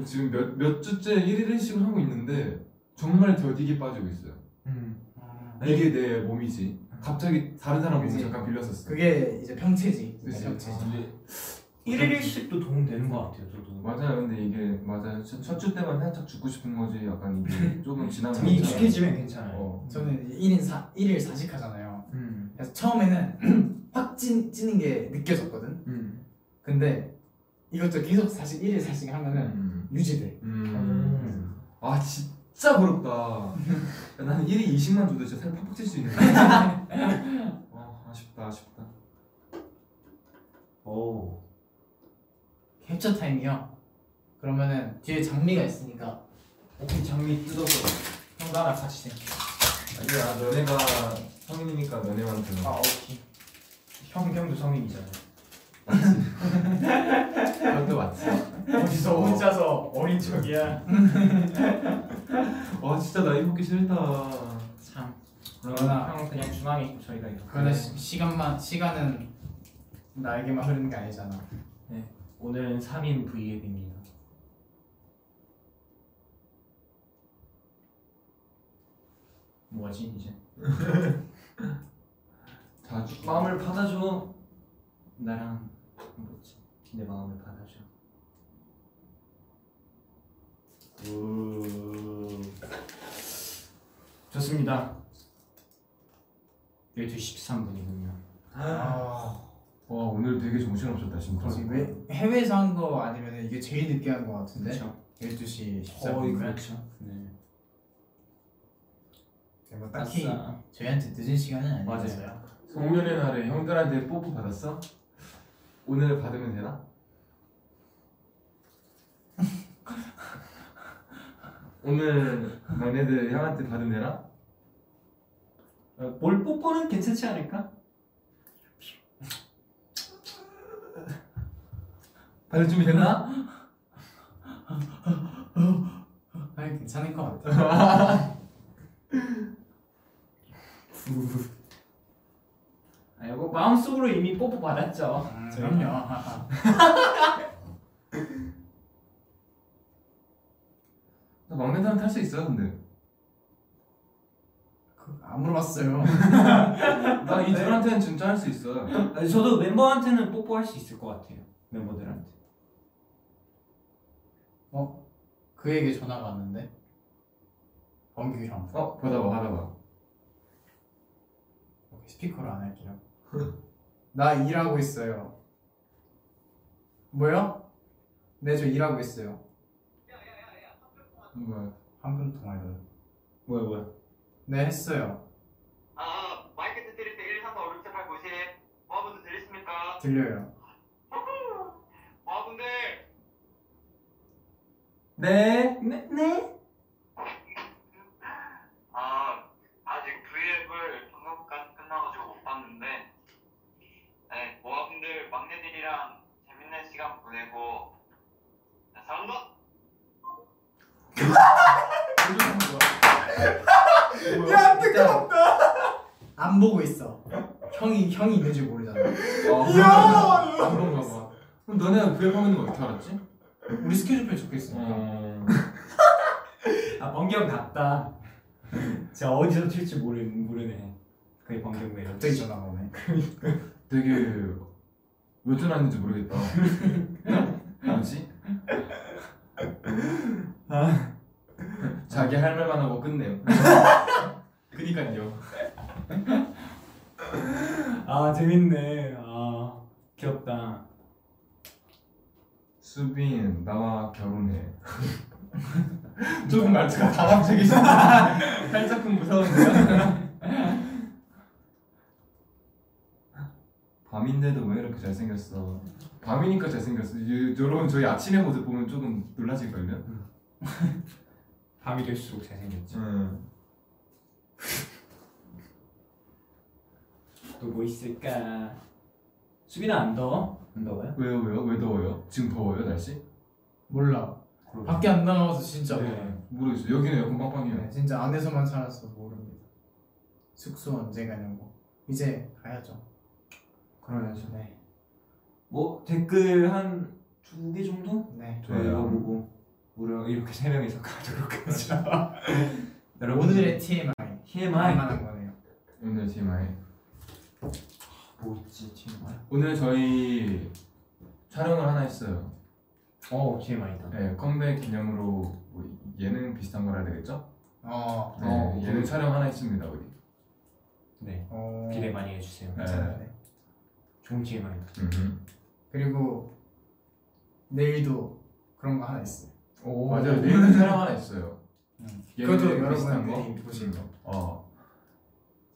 Speaker 2: 지금 몇, 몇 주째 1일 1식을 하고 있는데 정말 더디게 빠지고 있어요.
Speaker 1: 음.
Speaker 3: 아,
Speaker 2: 이게 내 몸이지. 갑자기 다른 사람 몸을
Speaker 3: 그치.
Speaker 2: 잠깐 빌렸었어.
Speaker 3: 그게 이제 평체지.
Speaker 2: 그치.
Speaker 3: 평체지.
Speaker 2: 아,
Speaker 1: 1일씩도 도움되는 것 같아요 저도
Speaker 2: 맞아요. 근데 이게 맞아요. 첫 주 때만 살짝 죽고 싶은 거지. 약간 이게 조금 지나면
Speaker 3: 이
Speaker 2: 괜찮아요.
Speaker 1: 익숙해지면 괜찮아요
Speaker 2: 어.
Speaker 3: 저는 이제 1인 사, 1일 4식 하잖아요.
Speaker 1: 음.
Speaker 3: 그래서 처음에는 확 찌, 찌는 게 느껴졌거든.
Speaker 1: 음.
Speaker 3: 근데 이것도 계속 4식, 1일 4식 하면은
Speaker 2: 음.
Speaker 3: 유지돼.
Speaker 2: 음. 아 진짜 부럽다. 야, 나는 1위 20만 줘도 진짜 살 팍팍 찔수 있는데. 아 아쉽다 아쉽다.
Speaker 1: 오
Speaker 3: 캡처 타임이요. 그러면은 뒤에 장미가 있으니까
Speaker 1: 오케이 장미 뜯어서
Speaker 3: 형 나랑 같이 생겨.
Speaker 2: 아니야 너네가 성인이니까 너네만 되는
Speaker 1: 아 오케이 형 형도 성인이잖아요
Speaker 2: 그것도 맞지.
Speaker 3: 어디서
Speaker 2: 어.
Speaker 3: 혼자서 어린 척이야.
Speaker 2: 와 어, 진짜 나이 먹기 싫다.
Speaker 1: 참
Speaker 3: 그러나-
Speaker 1: 형 그냥 중앙에 있고 저희가 이렇게
Speaker 3: 그러나 시, 시간만 시간은 나에게만 흐르는 게 아니잖아.
Speaker 1: 오늘은 3인 V앱입니다 뭐지 이제
Speaker 2: 자 주-
Speaker 1: 마음을 받아줘 나랑 뭐지 내 마음을 받아줘 우... 좋습니다 12시 13분이군요
Speaker 3: 아,
Speaker 2: 와 오늘 되게 정신 없었다 진짜.
Speaker 1: 아,
Speaker 3: 그러지 왜 해외에서 한 거 아니면 이게 제일 늦게 한 거 같은데.
Speaker 1: 그렇죠
Speaker 3: 12시 14분.
Speaker 1: 거의 그렇죠 네.
Speaker 3: 뭐 딱히
Speaker 1: 아싸.
Speaker 3: 저희한테 늦은 시간은
Speaker 1: 맞아요.
Speaker 3: 아니었어요.
Speaker 2: 성년의 날에 형들한테 뽀뽀 받았어? 오늘 받으면 되나? 오늘 너네들 형한테 받으면 되나?
Speaker 1: 어, 볼 뽀뽀는 괜찮지 않을까?
Speaker 3: 아,
Speaker 2: 받을 준비 됐나?
Speaker 3: 아니 괜찮을 것 같아.
Speaker 1: 아, 이거 마음속으로 이미 뽀뽀 받았죠
Speaker 3: 음,
Speaker 1: 저희가.
Speaker 3: 그럼요.
Speaker 2: 나 막내들은 탈수 있어 근데
Speaker 3: 그, 안 물어봤어요.
Speaker 2: 나 이 둘한테는 진짜 할 수 있어
Speaker 1: 아니, 저도 멤버한테는 뽀뽀할 수 있을 것 같아요 멤버들한테
Speaker 3: 그에게 전화가 왔는데. 범규 형.
Speaker 2: 어? 받아봐 받아봐
Speaker 3: 오케이, 스피커로 안 할게요. 나 일하고 있어요. 뭐요? 네, 저 일하고 있어요.
Speaker 2: 뭐야
Speaker 3: 한분 통화요.
Speaker 1: 뭐야 뭐야
Speaker 3: 네, 했어요.
Speaker 10: 아, 마이크 드릴 때 1, 3, 4, 5, 6, 7, 8, 9, 10. 모아분들 들리십니까?
Speaker 3: 들려요.
Speaker 10: 모아분들,
Speaker 2: 네?
Speaker 1: 네? 네?
Speaker 10: 아, 아직 V앱을 방금까지 끝나가지고 못 봤는데, 네, 모아분들 막내들이랑 재밌는 시간 보내고, 자, 사운드!
Speaker 2: 야 뜨거워
Speaker 3: 안 보고 있어. 형이 형이 있는지 모르잖아.
Speaker 2: 야 그런가 봐 그럼 너네가 그앱 하는 거 어떻게 알았지?
Speaker 3: 우리 스케줄표에 적혀 있으니까.
Speaker 1: 음.
Speaker 2: 어...
Speaker 1: 아 번경 같다 제가 어디서 튈지 모르, 모르네 그게 번경 매력
Speaker 3: 갑자기 전화가 오네.
Speaker 2: 되게 왜 전화했는지 모르겠다. 뭐지?
Speaker 1: 아.
Speaker 2: 자기 할 말만 하고 끝내요. 그니까요.
Speaker 1: 아 재밌네 아 귀엽다
Speaker 2: 수빈 나와 결혼해. 조금 말투가 다감적이시네 살짝 좀 무서운데요. 밤인데도 왜 이렇게 잘생겼어? 밤이니까 잘생겼어. 요- 여러분 저희 아침에 모습 보면 조금 놀라실걸요?
Speaker 1: 밤이 될수록 잘생겼죠
Speaker 2: 응.
Speaker 1: 또 뭐 있을까 수빈아 안 더워? 안 더워요?
Speaker 2: 왜요 왜요 왜 더워요? 지금 더워요 날씨?
Speaker 3: 몰라.
Speaker 1: 그러게.
Speaker 3: 밖에 안 나가서 진짜.
Speaker 1: 아, 네.
Speaker 2: 모르겠어요. 여기는 에어컨 빵빵이에요.
Speaker 3: 네, 진짜 안에서만 살아서 모릅니다. 숙소 언제 가냐고. 이제 가야죠.
Speaker 1: 그러면서
Speaker 3: 네.
Speaker 1: 뭐 댓글 한 두 개 정도?
Speaker 3: 네.
Speaker 1: 저 이거
Speaker 2: 뭐,
Speaker 1: 보고 우리 이렇게 세 명이서 가도록 하자 여러분
Speaker 3: 오늘의 TMI.
Speaker 1: TMI
Speaker 3: 만한 거네요.
Speaker 2: 오늘 TMI.
Speaker 1: 뭐지 뭐 TMI?
Speaker 2: 오늘 저희 촬영을 하나 했어요.
Speaker 1: 어 TMI다
Speaker 2: 네, 컴백 기념으로 뭐 예능 비슷한 걸 해야 되겠죠?
Speaker 3: 어.
Speaker 2: 네,
Speaker 1: 어,
Speaker 2: 예능 촬영 하나 했습니다 우리.
Speaker 1: 네
Speaker 3: 어.
Speaker 1: 기대 많이 해주세요
Speaker 2: 네.
Speaker 3: 괜찮네.
Speaker 1: 좋은 TMI다
Speaker 2: 음.
Speaker 3: 그리고 내일도 그런 거 하나 있어요.
Speaker 2: 오, 맞아요. 예능 촬영 하나 했어요.
Speaker 3: 음.
Speaker 2: 예능
Speaker 3: 그것도
Speaker 2: 비슷한
Speaker 3: 여러분들이
Speaker 2: 거?
Speaker 3: 보신 거. 음.
Speaker 2: 어.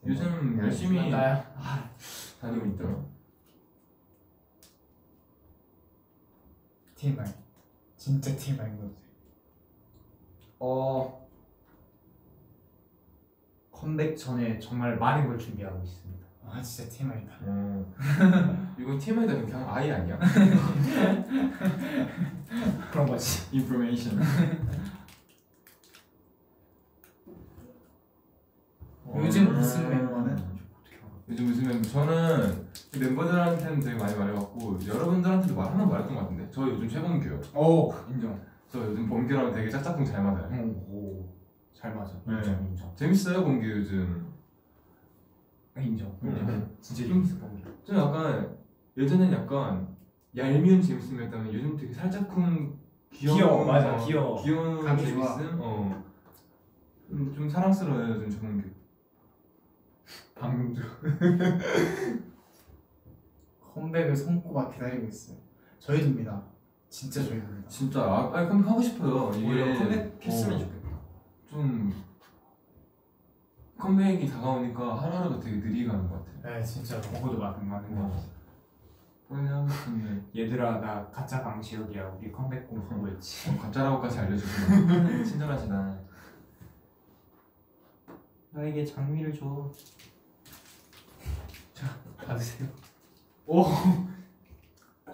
Speaker 2: 요즘 음, 열심히
Speaker 1: 나야
Speaker 2: 다니고 있더라고.
Speaker 3: TMI. 진짜 TMI인 거지.
Speaker 1: 어 컴백 전에 정말 많은 걸 준비하고 있습니다
Speaker 3: 아 진짜 TMI다. 음.
Speaker 2: 어. 이건 TMI다 그냥 아이 아니야?
Speaker 1: 그런 거지
Speaker 2: Information.
Speaker 3: 어, 요즘 무슨
Speaker 1: 네.
Speaker 3: 멤버는?
Speaker 2: 요즘 무슨 멤버? 저는 멤버들한테는 되게 많이 말해봤고 여러분들한테도 말 하나 말했던 것 같은데 저 요즘 최범규요.
Speaker 1: 오 인정
Speaker 2: 저 요즘 범규랑 되게 짝짝꿍 잘 맞아요.
Speaker 1: 오잘 맞아
Speaker 2: 네.
Speaker 1: 인정 인정
Speaker 2: 재밌어요 범규 요즘.
Speaker 1: 아, 인정 인정 네. 진짜
Speaker 2: 좀-
Speaker 1: 재밌어 보기
Speaker 2: 좀 약간 예전엔 약간 얄미운 재밌음이었다면 요즘 되게 살짝쿵 귀여운
Speaker 1: 귀여워, 맞아,
Speaker 2: 어,
Speaker 1: 귀여워.
Speaker 2: 귀여운
Speaker 3: 감이
Speaker 2: 재밌음
Speaker 3: 좋아.
Speaker 2: 어. 음, 좀 사랑스러워요 요즘 정규
Speaker 1: 방금
Speaker 3: 컴백을 손꼽아 기다리고 있어요. 저희도입니다. 진짜 저희도입니다.
Speaker 2: 진짜 아, 빨리 컴백 하고 싶어요
Speaker 1: 예.
Speaker 6: 오히려
Speaker 2: 이게
Speaker 6: 컴백했으면
Speaker 2: 어,
Speaker 6: 좋겠다.
Speaker 2: 좀 컴백이 다가오니까 하루하루가 되게 느리게 가는 것 같아요
Speaker 3: 네 진짜로.
Speaker 1: 먹어도 많은 많은 거
Speaker 2: 어. 빨리 하고 싶은데
Speaker 1: 얘들아 나 가짜 방시혁이야 우리 컴백 공부 뭐였지
Speaker 2: 어, 가짜라고까지 알려주시면 친절하시다
Speaker 1: 나에게 장미를 줘자 받으세요
Speaker 2: 오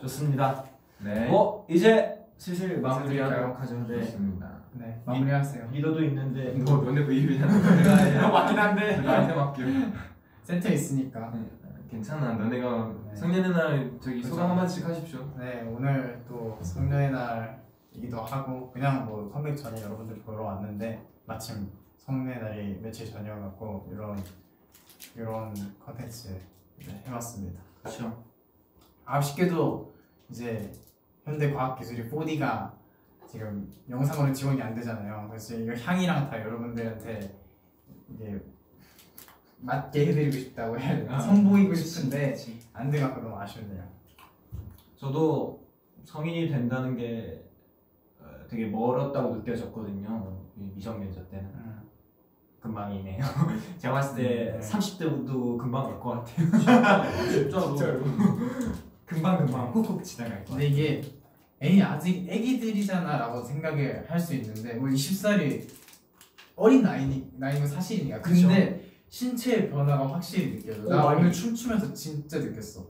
Speaker 1: 좋습니다
Speaker 2: 네
Speaker 1: 어 이제 슬슬 마무리하도록
Speaker 3: 인사드릴까요?
Speaker 1: 하죠 네
Speaker 2: 좋습니다
Speaker 3: 네 마무리하세요.
Speaker 1: 리더도 있는데
Speaker 2: 너
Speaker 3: 뭐
Speaker 2: 너네 그 입이잖아
Speaker 1: 맞긴 한데 네.
Speaker 2: 나한테 맡겨
Speaker 3: 센터에 있으니까.
Speaker 2: 네. 괜찮아 너네가
Speaker 3: 네. 그렇죠.
Speaker 2: 성년의 날 저기
Speaker 3: 그죠.
Speaker 2: 소감 한마디씩 하십시오
Speaker 3: 네 오늘 또 성년의 날이기도 하고 그냥 뭐 컴백 전에 여러분들 보러 왔는데 마침 성년의 날이 며칠 전이어갖고 이런 이런 컨텐츠 네, 해봤습니다.
Speaker 1: 그렇죠
Speaker 3: 아쉽게도 이제 현대과학기술이 4D가 지금 영상으로 지원이 안 되잖아요. 그래서 이거 향이랑 다 여러분들한테 이게 맞게 해드리고 싶다고 해야
Speaker 2: 아.
Speaker 3: 되나? 네, 선보이고 싶은데 안 돼갖고 너무 아쉽네요.
Speaker 1: 저도 성인이 된다는 게 어, 되게 멀었다고 느껴졌거든요 이 미성년자 때는
Speaker 3: 음.
Speaker 1: 금방이네요 제가 봤을 때
Speaker 3: 네.
Speaker 1: 30대도 금방 올 것 같아요
Speaker 2: 진짜로
Speaker 1: 금방 금방 훅훅 지나갈 것
Speaker 3: 근데 이게 에이 아직 애기들이잖아라고 생각을 할 수 있는데 뭐 20살이 어린 나이니 나이는 사실이니까 근데 신체의 변화가 확실히 느껴져. 나
Speaker 1: 많이.
Speaker 3: 오늘 춤추면서 진짜 느꼈어.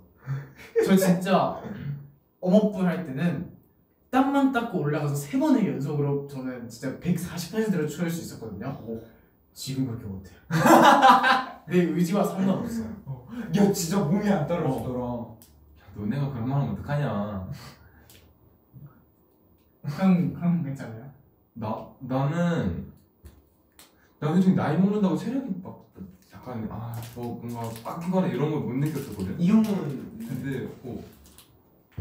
Speaker 3: 저 진짜 어머분 할 때는 땀만 닦고 올라가서 세 번을 연속으로 저는 진짜 140%로 추울 수 있었거든요. 지금 그렇게 못해요. 내 의지와 상관없어요.
Speaker 1: 같아요 야 진짜 몸이 안 따라오더라
Speaker 2: 너네가 그런 말 하면 어떡하냐
Speaker 3: 형, 형 괜찮아요?
Speaker 2: 나 나는 나 솔직히 나이 먹는다고 체력이 막 약간 아뭐 뭔가 빡거나 이런 걸 못 느꼈었거든
Speaker 1: 이 형은
Speaker 2: 근데 어.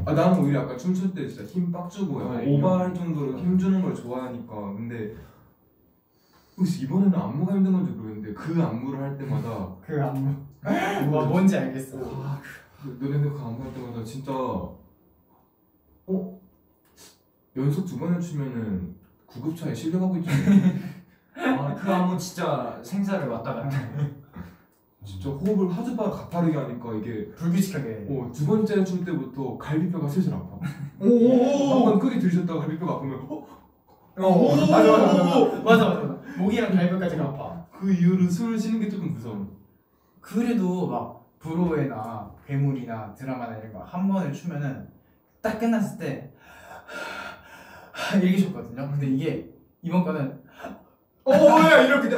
Speaker 2: 아 나는 오히려 약간 춤출 때 진짜 힘 빡 주고 약간
Speaker 1: 어,
Speaker 2: 오버할 정도로 힘 주는 걸 좋아하니까 근데 혹시 이번에는 안무가 힘든 건지 모르겠는데 그 안무를 할 때마다
Speaker 3: 그 안무. 아, 와 뭔지 알겠어.
Speaker 2: 노래는 그 안무 할 때마다 진짜 어? 연속 두 번을 추면은 구급차에 실려가고 있지 않나?
Speaker 1: 아, 그 안무 진짜 생사를 왔다 갔다
Speaker 2: 진짜 호흡을 아주 빠 가파르게 하니까 이게
Speaker 3: 불규칙하게.
Speaker 2: 어, 두 번째 춤 때부터 갈비뼈가 슬슬 아파
Speaker 1: 오오오
Speaker 2: 한번 크게 들이셨다가 갈비뼈가 아프면 어?
Speaker 3: 어, 맞아 맞아 맞아 맞아 맞아 목이랑 갈비까지가 아파
Speaker 2: 그 이후로 숨을 쉬는 게 조금 무서운
Speaker 3: 그래도 막 브로웨나 괴물이나 드라마나 이런 거 한 번을 추면은 딱 끝났을 때 이렇게 줬거든요 근데 이게 이번 거는
Speaker 2: 어야 이렇게 돼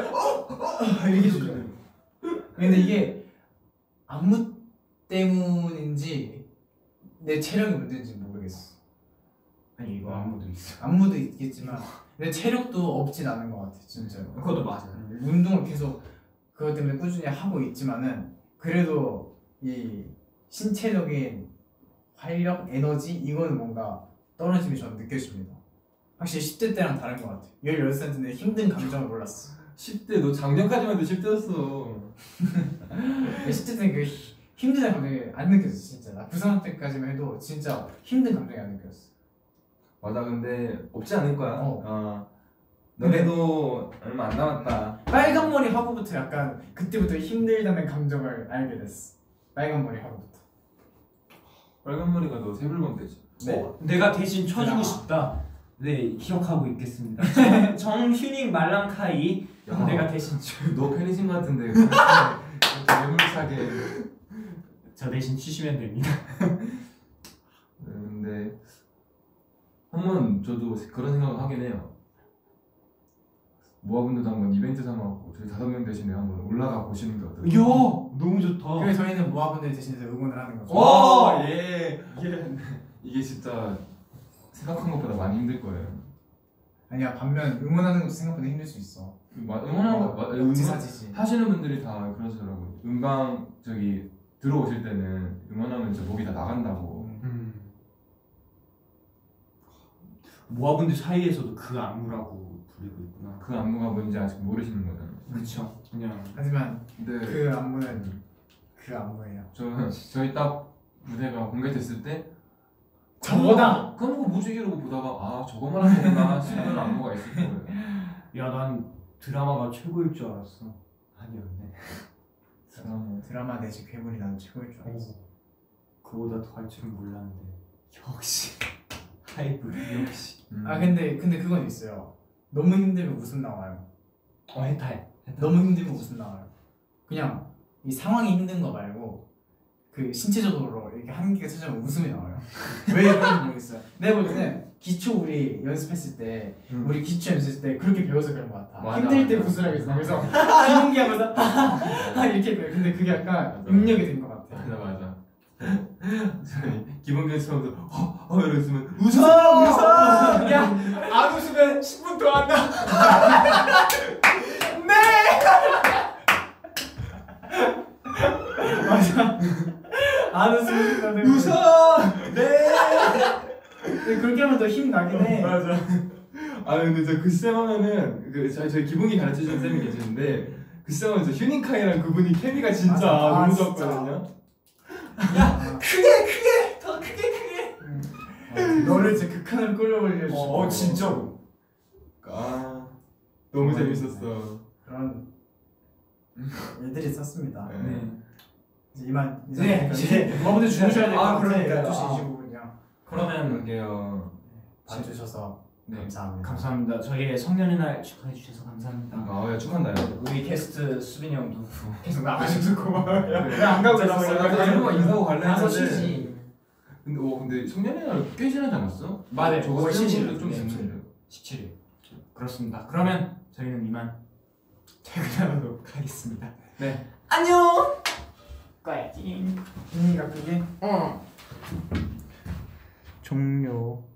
Speaker 3: 이렇게 줬어요 근데 이게 안무 때문인지 내 체력이 문제인지 모르겠어
Speaker 1: 아니 이거 안무도 있어
Speaker 3: 안무도 있겠지만 내 체력도 없진 않은 것 같아 진짜로
Speaker 1: 그것도 맞아
Speaker 3: 음, 운동을 계속 그것 때문에 꾸준히 하고 있지만은 그래도 이 신체적인 활력, 에너지 이거는 뭔가 떨어짐이 저는 느껴집니다. 확실히 10대 때랑 다른 것 같아요. 16살 때는 힘든 감정을 몰랐어.
Speaker 2: 10대 너 작년까지만 해도 10대였어
Speaker 3: 10대 때는 그 히- 힘든 감정이 안 느껴졌어, 진짜. 나 부산 때까지만 해도 진짜 힘든 감정이 안 느껴졌어.
Speaker 2: 맞아 근데 없지 않을 거야
Speaker 3: 어.
Speaker 2: 어. 너네도 얼마 안 남았다
Speaker 3: 빨간 머리 하고부터 약간 그때부터 힘들다는 감정을 알게 됐어. 빨간 머리 하고부터.
Speaker 2: 빨간 머리가 너 세불범 되지
Speaker 3: 네.
Speaker 1: 어, 내가 대신 쳐주고
Speaker 3: 야.
Speaker 1: 싶다. 네, 기억하고 있겠습니다. 정- 정휴닝 말랑카이.
Speaker 2: 야.
Speaker 1: 내가 대신 쳐.
Speaker 2: 너 팬이신 것 같은데 그렇게 이렇게 네, 매몰차게
Speaker 1: 저 대신 치시면 됩니다.
Speaker 2: 네, 근데 한 번 저도 그런 생각을 하긴 해요. 모아분들도 한번 이벤트 삼아갖고 저희 다섯 명 대신에 한번 올라가 보시는 게 어떨까요?
Speaker 1: 너무 좋다.
Speaker 3: 어. 그래서 저희는 모아분들 대신해서 응원을 하는 거죠.
Speaker 2: 와, 예. 이게 이게 진짜 생각한 것보다 많이 힘들 거예요.
Speaker 3: 아니야, 반면 응원하는 것도 생각보다 힘들 수 있어.
Speaker 2: 마- 응원하고 마-
Speaker 3: 아,
Speaker 2: 응원
Speaker 3: 지사지지.
Speaker 2: 하시는 분들이 다 그러시더라고요. 음방 저기 들어오실 때는 응원하면 저 목이 다 나간다고.
Speaker 1: 음. 모아분들 사이에서도 그 안무라고 부르고 있구나.
Speaker 2: 그 안무가 뭔지 아직 모르시는 거잖아요.
Speaker 1: 음. 그쵸. 그냥
Speaker 3: 하지만
Speaker 2: 근데
Speaker 3: 그 안무는 그 안무예요.
Speaker 2: 저 저희 딱 무대가 공개됐을 때
Speaker 3: 저거다!
Speaker 2: 어, 그럼 그거 뭐지? 이러고 보다가 아 저거만 한 거구나 싶은 안무가 있을 거예요
Speaker 1: 야 난 드라마가 최고일 줄 알았어. 아니었네.
Speaker 2: 드라마
Speaker 3: 드라마 내지 괴물이 난 최고일 줄 알았어.
Speaker 1: 그보다 더 할 줄은 몰랐는데. 역시 하이브리 역시.
Speaker 2: 음.
Speaker 3: 아 근데 근데 그건 있어요. 너무 힘들면 웃음 나와요.
Speaker 1: 어 해탈.
Speaker 3: 너무 힘들면 웃음 나와요. 그냥 이 상황이 힘든 거 말고 그 신체적으로 이렇게 한계가 찾아오면 웃음이 나와요. 왜 그런지 모르겠어요. 내가 볼 때는 기초 우리 연습했을 때
Speaker 2: 음.
Speaker 3: 우리 기초 연습했을 때 그렇게 배워서 그런 것 같아.
Speaker 2: 맞아,
Speaker 3: 힘들 때
Speaker 2: 맞아.
Speaker 3: 웃으라고 했어. 그래서 기분기하면서 아 이렇게 돼요. 근데 그게 약간
Speaker 2: 맞아.
Speaker 3: 능력이 된 것 같아.
Speaker 2: 맞아 맞아 저희 기본기에 처음부터 허! 허! 이러면 웃어!
Speaker 3: 웃어! 야안 웃으면 10분 더 한다. 네. 맞아. 안 웃으면 웃어. 근데 그렇게 하면 더 힘 나긴 해.
Speaker 2: 맞아
Speaker 3: 네.
Speaker 2: 아 근데 저 그쌤 하면은 그 저희, 저희 기본기 가르쳐주는 쌤이 계시는데 그쌤 하면 저 휴닝카이랑 그분이 케미가 진짜
Speaker 3: 맞아. 아,
Speaker 2: 너무
Speaker 3: 진짜.
Speaker 2: 좋았거든요 아,
Speaker 3: 너를 이제 극한으로 끌어올려주고.
Speaker 2: 어, 진짜로. 아 너무 재밌었어
Speaker 3: 그런 애들이 있었습니다.
Speaker 2: 네.
Speaker 3: 이제 이만
Speaker 1: 네,
Speaker 3: 이제 여러분들 주무셔야 될것
Speaker 1: 아,
Speaker 3: 같아요.
Speaker 1: 그러니까요.
Speaker 3: 12시 25분이요.
Speaker 1: 그러면
Speaker 2: 그러게요
Speaker 3: 봐주셔서
Speaker 2: 네.
Speaker 3: 감사합니다.
Speaker 1: 아. 감사합니다. 저희의 성년의 날 축하해 주셔서 감사합니다.
Speaker 2: 아야 축한다요
Speaker 1: 우리 게스트 수빈이 형도
Speaker 3: 계속 나가셔서 고마워요.
Speaker 2: 왜안
Speaker 3: 네, 가고
Speaker 2: 나
Speaker 3: 있었어요?
Speaker 1: 뭐
Speaker 3: 네.
Speaker 2: 얼마 인사하고 갈래
Speaker 3: 가서
Speaker 2: 했는데.
Speaker 3: 쉬지.
Speaker 2: 근데 어 근데 성년의 날꽤 지나지 않았어?
Speaker 1: 맞아요.
Speaker 2: 저거
Speaker 1: 거의
Speaker 2: 생일로
Speaker 1: 17일.
Speaker 2: 좀
Speaker 1: 네,
Speaker 2: 됐는데
Speaker 1: 17일. 그렇습니다. 그러면 저희는 이만 퇴근하도록 하겠습니다.
Speaker 2: 네.
Speaker 1: 안녕. 꺼야지.
Speaker 3: 비니가 그게? 어. 종료.